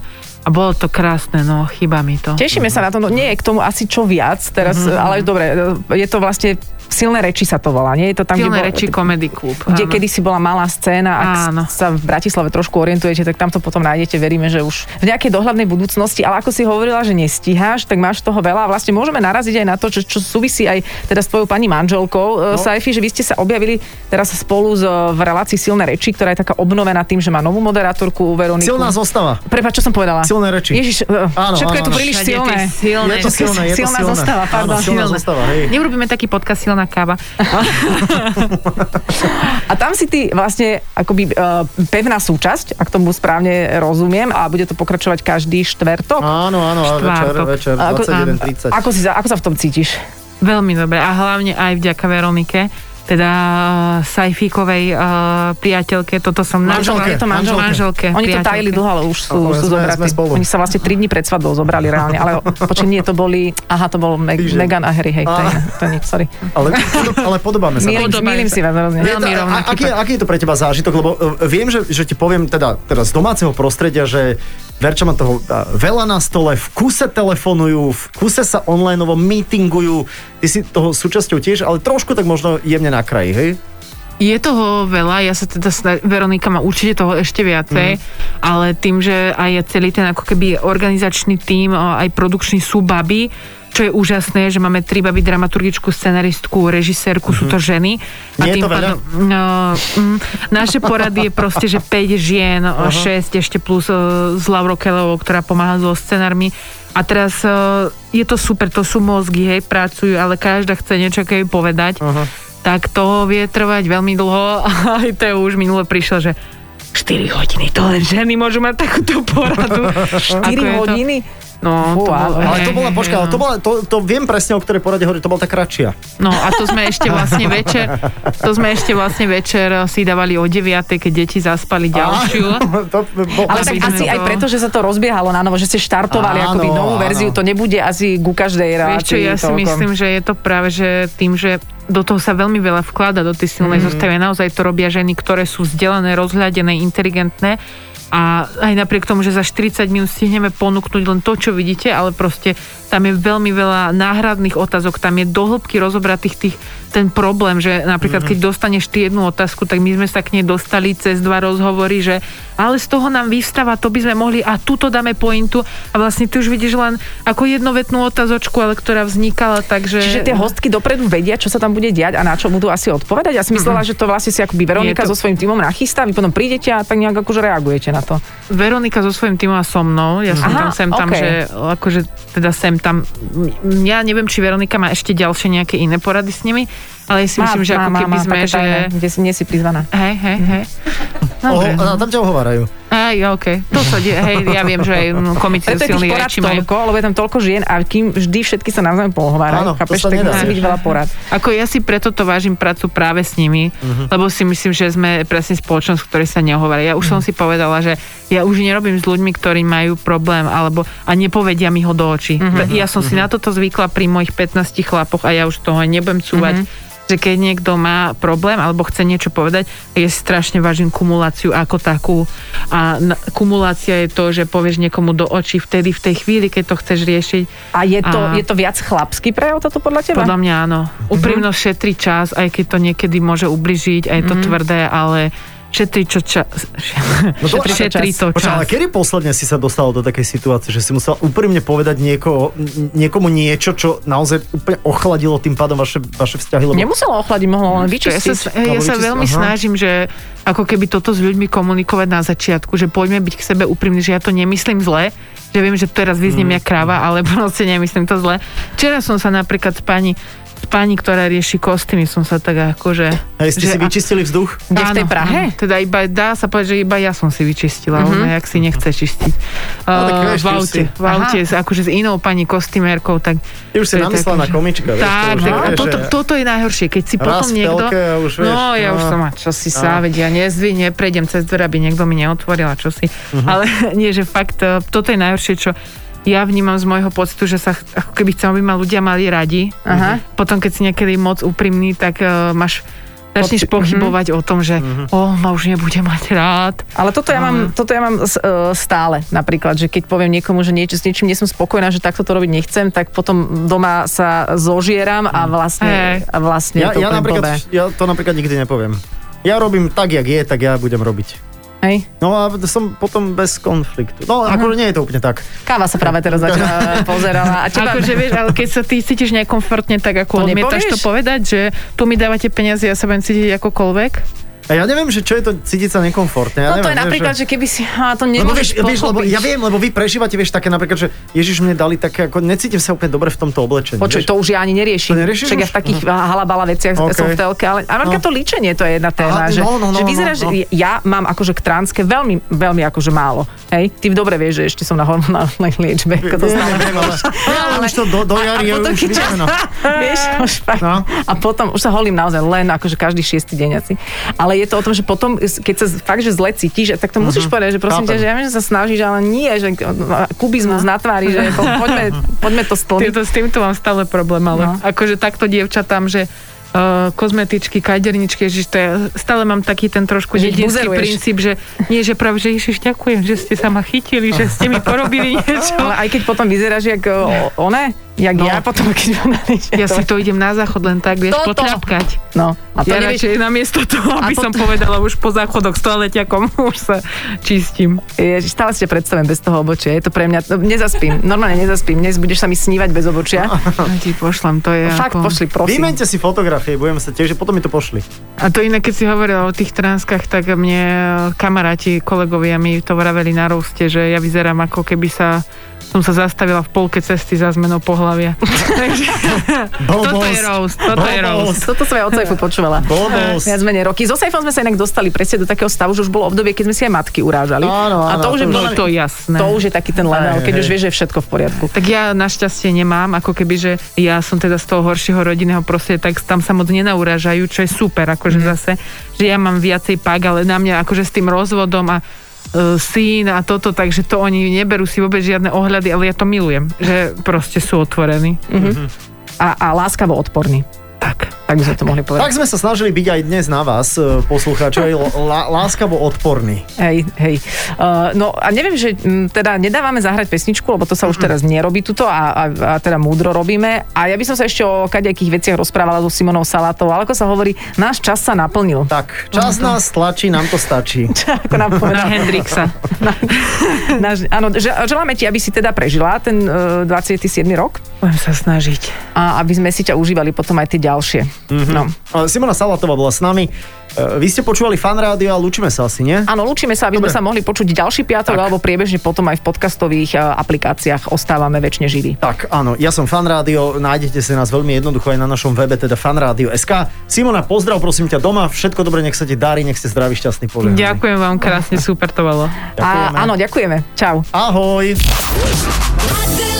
Speaker 4: a bolo to krásne, no chyba mi to.
Speaker 2: Tešíme sa na to, no nie je k tomu asi čo viac teraz,
Speaker 4: Mhm.
Speaker 2: ale dobre, je to vlastne silné reči sa to volá, nie? Je to tam, kde,
Speaker 4: Silné
Speaker 2: bol-
Speaker 4: reči Comedy Club.
Speaker 2: kde
Speaker 4: áno.
Speaker 2: kedysi bola malá scéna, ak áno.
Speaker 4: Áno.
Speaker 2: sa v Bratislave trošku orientujete, tak tam to potom nájdete, veríme, že už v nejakej dohľadnej budúcnosti, ale ako si hovorila, že nestíháš, tak máš toho veľa a vlastne môžeme naraziť aj na to, čo, čo súvisí aj teda s tvojou pani manželkou no. Saifi, že vy ste sa objavili teraz spolu s, e, v relácii Silné reči, ktorá je taká obnovená tým, že má novú moderátorku Veroniku.
Speaker 1: Silná zostava.
Speaker 2: Prepač, čo som povedala?
Speaker 1: Silné reči.
Speaker 2: Ježiš, áno, všetko áno, je tu
Speaker 1: áno.
Speaker 2: príliš
Speaker 4: Všade tie
Speaker 2: silné.
Speaker 4: silné.
Speaker 1: Je to
Speaker 2: Všetko
Speaker 1: silné, je to
Speaker 2: silná
Speaker 1: silné.
Speaker 2: zostava, pardon.
Speaker 1: Áno, silná
Speaker 4: Silné.
Speaker 1: zostava, hej.
Speaker 4: Neurobíme taký podcast Silná káva.
Speaker 2: A tam si ty vlastne akoby uh, pevná súčasť, ak tomu správne rozumiem, a bude to pokračovať každý štvrtok.
Speaker 1: Áno, áno, ale večer,
Speaker 4: Štvrtok.
Speaker 1: večer,
Speaker 2: A ako-
Speaker 1: 21.30.
Speaker 2: Ako, si, sa- ako sa v tom cítiš?
Speaker 4: Veľmi dobre a hlavne aj vďaka Veronike, teda eh, Sajfíkovej eh, priateľke, toto som
Speaker 1: Manželke,
Speaker 4: nazvala- Je to manžel-
Speaker 1: manželke.
Speaker 4: manželke.
Speaker 2: Oni to
Speaker 4: priateľke.
Speaker 2: tajili dlho, ale už sú,
Speaker 1: Ale
Speaker 2: sú
Speaker 1: sme-
Speaker 2: zobratí.
Speaker 1: sme spolu.
Speaker 2: Oni sa vlastne 3 dní pred svadbou zobrali reálne, ale počkaj, nie, to boli, aha, to bol Meg,
Speaker 1: Týždeň.
Speaker 2: Megan a Harry, hej, to je,
Speaker 1: Ah.
Speaker 2: to je nič, sorry.
Speaker 1: Ale, ale podobáme sa.
Speaker 2: Milím,
Speaker 4: podobajú
Speaker 2: milím
Speaker 4: sa.
Speaker 2: si vás hrozne.
Speaker 4: Veľmi
Speaker 1: Je to- a-
Speaker 4: rovnaký
Speaker 1: aký, je- aký je to pre teba zážitok? Lebo e, viem, že, že ti poviem teda, teda z domáceho prostredia, že Verča má toho a, veľa na stole, v kuse telefonujú, v kuse sa online meetingujú. Ty si toho súčasťou tiež, ale trošku tak možno jemne na kraji, hej?
Speaker 4: Je toho veľa, ja sa teda sna- Veronika má určite toho ešte viacej,
Speaker 1: Mhm.
Speaker 4: mm. ale tým, že aj celý ten ako keby organizačný tím, o, aj produkčný sú baby, čo je úžasné, že máme tri baby, dramaturgičku, scenaristku, režisérku, mm-hmm. sú to ženy.
Speaker 1: Mhm. Nie je to veľa?
Speaker 4: no, mm, naše porady je proste, že 5 žien, 6 ešte plus o, s Laurou Kelovou, ktorá pomáha so scenármi. A teraz o, je to super, to sú mozgy, hej, pracujú, ale každá chce niečo keď jej povedať.
Speaker 1: Aha.
Speaker 4: Tak to vie trvať veľmi dlho. Aj to už minule prišlo, že 4 hodiny, to len ženy môžu mať takúto poradu. 4
Speaker 2: 4 hodiny?
Speaker 4: No,
Speaker 2: Fú,
Speaker 4: to bolo,
Speaker 2: ale-
Speaker 1: Ale to
Speaker 4: hej,
Speaker 1: bola,
Speaker 4: hej,
Speaker 1: počkaj, ale
Speaker 4: no.
Speaker 1: to, bola, to, to viem presne, o ktorej porade hovorí, to bola tá kratšia.
Speaker 4: No a to sme ešte vlastne večer, to sme ešte vlastne večer si dávali o 9, keď deti zaspali ďalšiu.
Speaker 1: to, bo,
Speaker 2: Ale tak
Speaker 4: Aby sme
Speaker 2: asi
Speaker 4: to-
Speaker 2: aj preto, že sa to rozbiehalo na novo, že ste štartovali
Speaker 1: Áno,
Speaker 2: akoby novú
Speaker 1: áno.
Speaker 2: verziu, to nebude asi ku každej
Speaker 4: Vieš čo,
Speaker 2: relácii.
Speaker 4: ja si
Speaker 2: toľko.
Speaker 4: myslím, že je to práve že tým, že do toho sa veľmi veľa vklada, do tej silnej mm. zostavy. Naozaj to robia ženy, ktoré sú vzdelané, rozhľadené, inteligentné a aj napriek tomu, že za 40 minút stihneme ponúknuť len to, čo vidíte, ale proste tam je veľmi veľa náhradných otázok, tam je dohlbky rozobratých tých, ten problém, že napríklad keď dostaneš ty jednu otázku, tak my sme sa k nej dostali cez dva rozhovory, že ale z toho nám vyvstáva, to by sme mohli a tuto dáme pointu a vlastne ty už vidíš len ako jednovetnú otázočku, ale ktorá vznikala, takže...
Speaker 2: Čiže tie hostky dopredu vedia, čo sa tam bude diať a na čo budú asi odpovedať. Ja si myslela, že to vlastne si akoby Veronika
Speaker 4: Nie, Mhm.
Speaker 2: so
Speaker 4: to-
Speaker 2: svojím tímom nachystá, vy potom prídete a tak nejak akože reagujete na to.
Speaker 4: Veronika so svojím týmom a so mnou. Ja som
Speaker 2: Aha,
Speaker 4: tam sem tam,
Speaker 2: okej.
Speaker 4: že akože teda sem tam. M- Ja neviem, či Veronika má ešte ďalšie nejaké iné porady s nimi, ale ja si myslím, že ako keby sme,
Speaker 2: také
Speaker 4: že...
Speaker 2: tajné, kde si, nie si prizvaná.
Speaker 4: Hej, hej, hej.
Speaker 1: Oho,
Speaker 4: Dobre.
Speaker 1: no, tam ťa ohovárajú.
Speaker 4: Hej, OK. To sa die, hej, ja viem, že aj no, komici
Speaker 2: Preto je
Speaker 4: silný
Speaker 2: tých porad
Speaker 4: reči majú.
Speaker 2: toľko, lebo je tam toľko žien a kým vždy všetky sa navzájom
Speaker 1: Áno,
Speaker 2: pohovárajú,
Speaker 1: to sa
Speaker 2: chápeš, tak
Speaker 1: nedá.
Speaker 2: musí byť veľa porad.
Speaker 4: Ako ja si preto to vážim prácu práve s nimi, lebo si myslím, že sme presne spoločnosť, v ktorej sa nehovorí. Ja už som si povedala, že ja už nerobím s ľuďmi, ktorí majú problém alebo a nepovedia mi ho do očí. Ja som si na toto zvykla pri mojich 15 chlapoch a ja už toho nebudem cúvať. že keď niekto má problém alebo chce niečo povedať, ja si strašne vážim kumuláciu ako takú. A na, kumulácia je to, že povieš niekomu do očí vtedy, v tej chvíli, keď to chceš riešiť.
Speaker 2: A je to,
Speaker 4: A-
Speaker 2: je to viac chlapský prejav toto podľa teba?
Speaker 4: Podľa mňa áno.
Speaker 1: Mhm.
Speaker 4: Úprimnosť šetri čas, aj keď to niekedy môže ubližiť, aj je
Speaker 1: Mhm.
Speaker 4: to tvrdé, ale šetri čo čas.
Speaker 1: No to-
Speaker 4: šetri, šetri to čas.
Speaker 1: Počkaj, ale kedy posledne si sa dostal do takej situácie, že si musel úprimne povedať niekoho, n- niekomu niečo, čo naozaj úplne ochladilo tým pádom vaše, vaše vzťahy? Lebo...
Speaker 2: Nemusela ochladiť, mohla len
Speaker 4: Ja sa,
Speaker 2: vyčistiť.
Speaker 4: ja
Speaker 1: Alebo
Speaker 4: sa
Speaker 1: vyčistiť,
Speaker 4: veľmi
Speaker 1: aha.
Speaker 4: snažím, že ako keby toto s ľuďmi komunikovať na začiatku, že poďme byť k sebe úprimní, že ja to nemyslím zle, že viem, že teraz vyznem
Speaker 1: Mhm.
Speaker 4: jak kráva, ale proste nemyslím to zle. Včera som sa napríklad s pani, s pani, ktorá rieši kostýmy, som sa tak akože...
Speaker 1: Hej, ste
Speaker 4: že
Speaker 1: si vyčistili vzduch?
Speaker 2: Kde v tej Prahe? Mhm.
Speaker 4: áno. Teda iba, dá sa povedať, že iba ja som si vyčistila, mm-hmm. ona jak si nechce čistiť.
Speaker 1: No, tak
Speaker 4: Eh,
Speaker 1: vieš,
Speaker 4: v
Speaker 1: ty už
Speaker 4: aute,
Speaker 1: si-
Speaker 4: v aute s, akože s inou pani kostymérkou, tak...
Speaker 1: Ty už si
Speaker 4: to je
Speaker 1: namyslená
Speaker 4: také, že-
Speaker 1: komička, vieš, to
Speaker 4: Tak,
Speaker 1: už
Speaker 4: tak
Speaker 1: je,
Speaker 4: a
Speaker 1: že-
Speaker 4: toto, toto je najhoršie, keď si
Speaker 1: Raz
Speaker 4: potom
Speaker 1: v
Speaker 4: niekto...
Speaker 1: telke a už vieš,
Speaker 4: no, ja
Speaker 1: no.
Speaker 4: už som, a čo si sa, veď ja nezvy, neprejdem cez dvere, aby niekto mi neotvoril a čo si.
Speaker 1: Mhm.
Speaker 4: Ale nie, že fakt, eh, toto je najhoršie, čo ja vnímam z môjho pocitu, že sa ch- ako keby chcem, aby ma ľudia mali radi.
Speaker 2: Aha.
Speaker 4: Potom, keď si niekedy moc úprimný, tak eh, máš začneš pochybovať
Speaker 2: Mhm.
Speaker 4: o tom, že o, ma už nebude mať rád.
Speaker 2: Ale toto ja mám, toto ja mám s- e, stále napríklad, že keď poviem niekomu, že niečo, s niečím nie som spokojná, že takto to robiť nechcem, tak potom doma sa zožieram a
Speaker 4: Hej.
Speaker 2: vlastne, a vlastne
Speaker 1: Ja,
Speaker 2: je to
Speaker 1: ja,
Speaker 2: úplne
Speaker 1: napríklad,
Speaker 2: blbé.
Speaker 1: ja to napríklad nikdy nepoviem. Ja robím tak, jak je, tak ja budem robiť.
Speaker 2: Hej.
Speaker 1: No a som potom bez konfliktu. No, akože nie je to úplne tak.
Speaker 2: Káva sa práve teraz začala pozerala. A teba,
Speaker 4: Akože vieš, ale keď sa ty cítiš nekomfortne, tak
Speaker 2: To
Speaker 4: ako odmietaš
Speaker 2: nepovieš?
Speaker 4: to povedať, že tu mi dávate peniaze, ja sa budem cítiť akokoľvek.
Speaker 1: A ja neviem, že čo je to cítiť sa nekomfortne. Ja neviem,
Speaker 2: no to je
Speaker 1: vieš,
Speaker 2: napríklad, že keby si... Á, to
Speaker 1: Lebo No, vieš,
Speaker 2: nemôžeš
Speaker 1: vieš, lebo
Speaker 2: pochopiť.
Speaker 1: ja viem, lebo vy prežívate, vieš, také napríklad, že Ježiš mne dali také, ako necítim sa úplne dobre v tomto oblečení.
Speaker 2: Počuj,
Speaker 1: vieš.
Speaker 2: to už ja ani
Speaker 1: To
Speaker 2: neriešim.
Speaker 1: neriešiš
Speaker 2: Však ja
Speaker 1: už?
Speaker 2: v takých no. halabala veciach
Speaker 1: OK.
Speaker 2: okay. som v telke, ale a no.
Speaker 1: No.
Speaker 2: to líčenie to je jedna téma.
Speaker 1: Aha,
Speaker 2: že,
Speaker 1: no, no, no,
Speaker 2: že vyzerá,
Speaker 1: no,
Speaker 2: že
Speaker 1: no.
Speaker 2: ja mám akože k tránske veľmi, veľmi akože málo. Hej? Ty dobre vieš, že ešte som na hormonálnej liečbe. Ako to
Speaker 1: Nie,
Speaker 2: stále.
Speaker 1: neviem, ale- Ja
Speaker 2: ale-
Speaker 1: už to do, do jary, ja
Speaker 2: potom,
Speaker 1: už
Speaker 2: keď čo-
Speaker 1: viem, no.
Speaker 2: vieš, už fakt.
Speaker 1: No.
Speaker 2: A potom, už sa holím naozaj len akože každý šiestý deň asi. Ale je to o tom, že potom, keď sa fakt, že zle cítiš, tak to
Speaker 4: Mhm.
Speaker 2: musíš povedať, že prosím
Speaker 1: Chápem.
Speaker 2: ťa, že ja viem, že sa snažíš, ale nie, že no, kubizmus na tvári, že po, poďme, poďme to stlmiť.
Speaker 4: Tieto, s týmto mám stále problém, ale no.
Speaker 2: No.
Speaker 4: akože takto dievčatám, že Uh, kozmetičky, kaderničky, že to ja stále mám taký ten
Speaker 2: Že
Speaker 4: trošku
Speaker 2: ich
Speaker 4: dedinský
Speaker 2: buzeruješ.
Speaker 4: princíp, že nie, že práve, že Ježiš, ďakujem, že ste sa ma chytili, že ste mi porobili niečo.
Speaker 2: Ale aj keď potom vyzeráš jak o, one, jak no.
Speaker 4: No.
Speaker 2: ja potom, keď ona niečo-
Speaker 4: Ja si to idem na záchod len tak, vieš,
Speaker 2: Toto.
Speaker 4: potľapkať.
Speaker 2: No, a to
Speaker 4: Ja
Speaker 2: nevieš,
Speaker 4: radšej namiesto toho, aby
Speaker 2: to-
Speaker 4: som povedala už po záchodoch s toaleťakom, už sa čistím.
Speaker 2: je, stále si ťa predstavujem bez toho obočia, je to pre mňa, no, nezaspím, normálne nezaspím, dnes budeš sa mi snívať bez obočia.
Speaker 4: Ja ti pošlem, to je
Speaker 2: Fakt,
Speaker 4: ako...
Speaker 2: pošli, prosím.
Speaker 1: Vymente si fotografie, budeme sa tiež, že potom mi to pošli.
Speaker 4: A to inak, keď si hovorila o tých transkách, tak mne kamaráti, kolegovia mi to vraveli na roste, že ja vyzerám ako keby sa som sa zastavila v polke cesty za zmenou pohlavia. Takže toto
Speaker 1: Blbosť.
Speaker 4: je roast, toto je roast.
Speaker 2: Toto som aj od Saifu počúvala.
Speaker 1: Blbosť.
Speaker 2: Viac menej roky. So Saifom sme sa inak dostali presne do takého stavu, že už bolo obdobie, keď sme si aj matky urážali.
Speaker 1: Áno,
Speaker 2: a
Speaker 1: áno,
Speaker 2: to už je
Speaker 1: to
Speaker 4: No
Speaker 2: podľa
Speaker 4: to
Speaker 2: mňa-
Speaker 4: jasné.
Speaker 2: to už je taký ten level,
Speaker 1: Hej,
Speaker 2: keď už
Speaker 1: hej.
Speaker 2: vieš, že je všetko v poriadku.
Speaker 4: Tak ja našťastie nemám, ako keby, že ja som teda z toho horšieho rodinného prostredia, tak tam sa moc nenaurážajú, čo je super, akože mm. zase, že ja mám viacej pak, ale na mňa akože s tým rozvodom a e, syn a toto, takže to oni neberú si vôbec žiadne ohľady, ale ja to milujem, že proste sú otvorení.
Speaker 2: A, a láskavo odporný.
Speaker 4: Tak.
Speaker 2: to Tak by sme to mohli
Speaker 1: Tak
Speaker 2: povedať.
Speaker 1: sme sa snažili byť aj dnes na vás, e, poslucháči, aj l- lá- láskavo odporní.
Speaker 2: Hej, hej. Uh, no a neviem, že m, teda nedávame zahrať pesničku, lebo to sa už teraz nerobí tuto a, a, a teda múdro robíme. A ja by som sa ešte o kadejakých veciach rozprávala so Simonou Salatou, ale ako sa hovorí, náš čas sa naplnil.
Speaker 1: Tak, čas
Speaker 2: Mhm.
Speaker 1: nás tlačí, nám to stačí.
Speaker 2: ako nám
Speaker 4: Na
Speaker 2: povedal.
Speaker 4: Hendrixa.
Speaker 2: Náš, áno, že- želáme ti, aby si teda prežila ten uh, 27. rok
Speaker 4: Budem sa snažiť.
Speaker 2: a aby sme si ťa užívali potom aj tie ďalšie. Mm-hmm. No.
Speaker 1: E, Simona Salatová bola s nami. E, Vy ste počúvali fan rádio a lúčime sa asi, nie?
Speaker 2: Áno, lúčime sa, aby Dobre. sme
Speaker 1: Dobre.
Speaker 2: sa mohli počuť ďalší piatok alebo priebežne potom aj v podcastových eh, aplikáciách ostávame väčšine živí.
Speaker 1: Tak, áno, ja som fan rádio, nájdete si nás veľmi jednoducho aj na našom webe, teda fanradio.sk. Simona, pozdrav, prosím ťa doma, všetko dobre, nech sa ti darí, nech ste zdraví, šťastný, požehnaný.
Speaker 4: Ďakujem vám krásne, super to bolo.
Speaker 2: A, áno, ďakujeme. Čau.
Speaker 1: Ahoj.
Speaker 3: Adela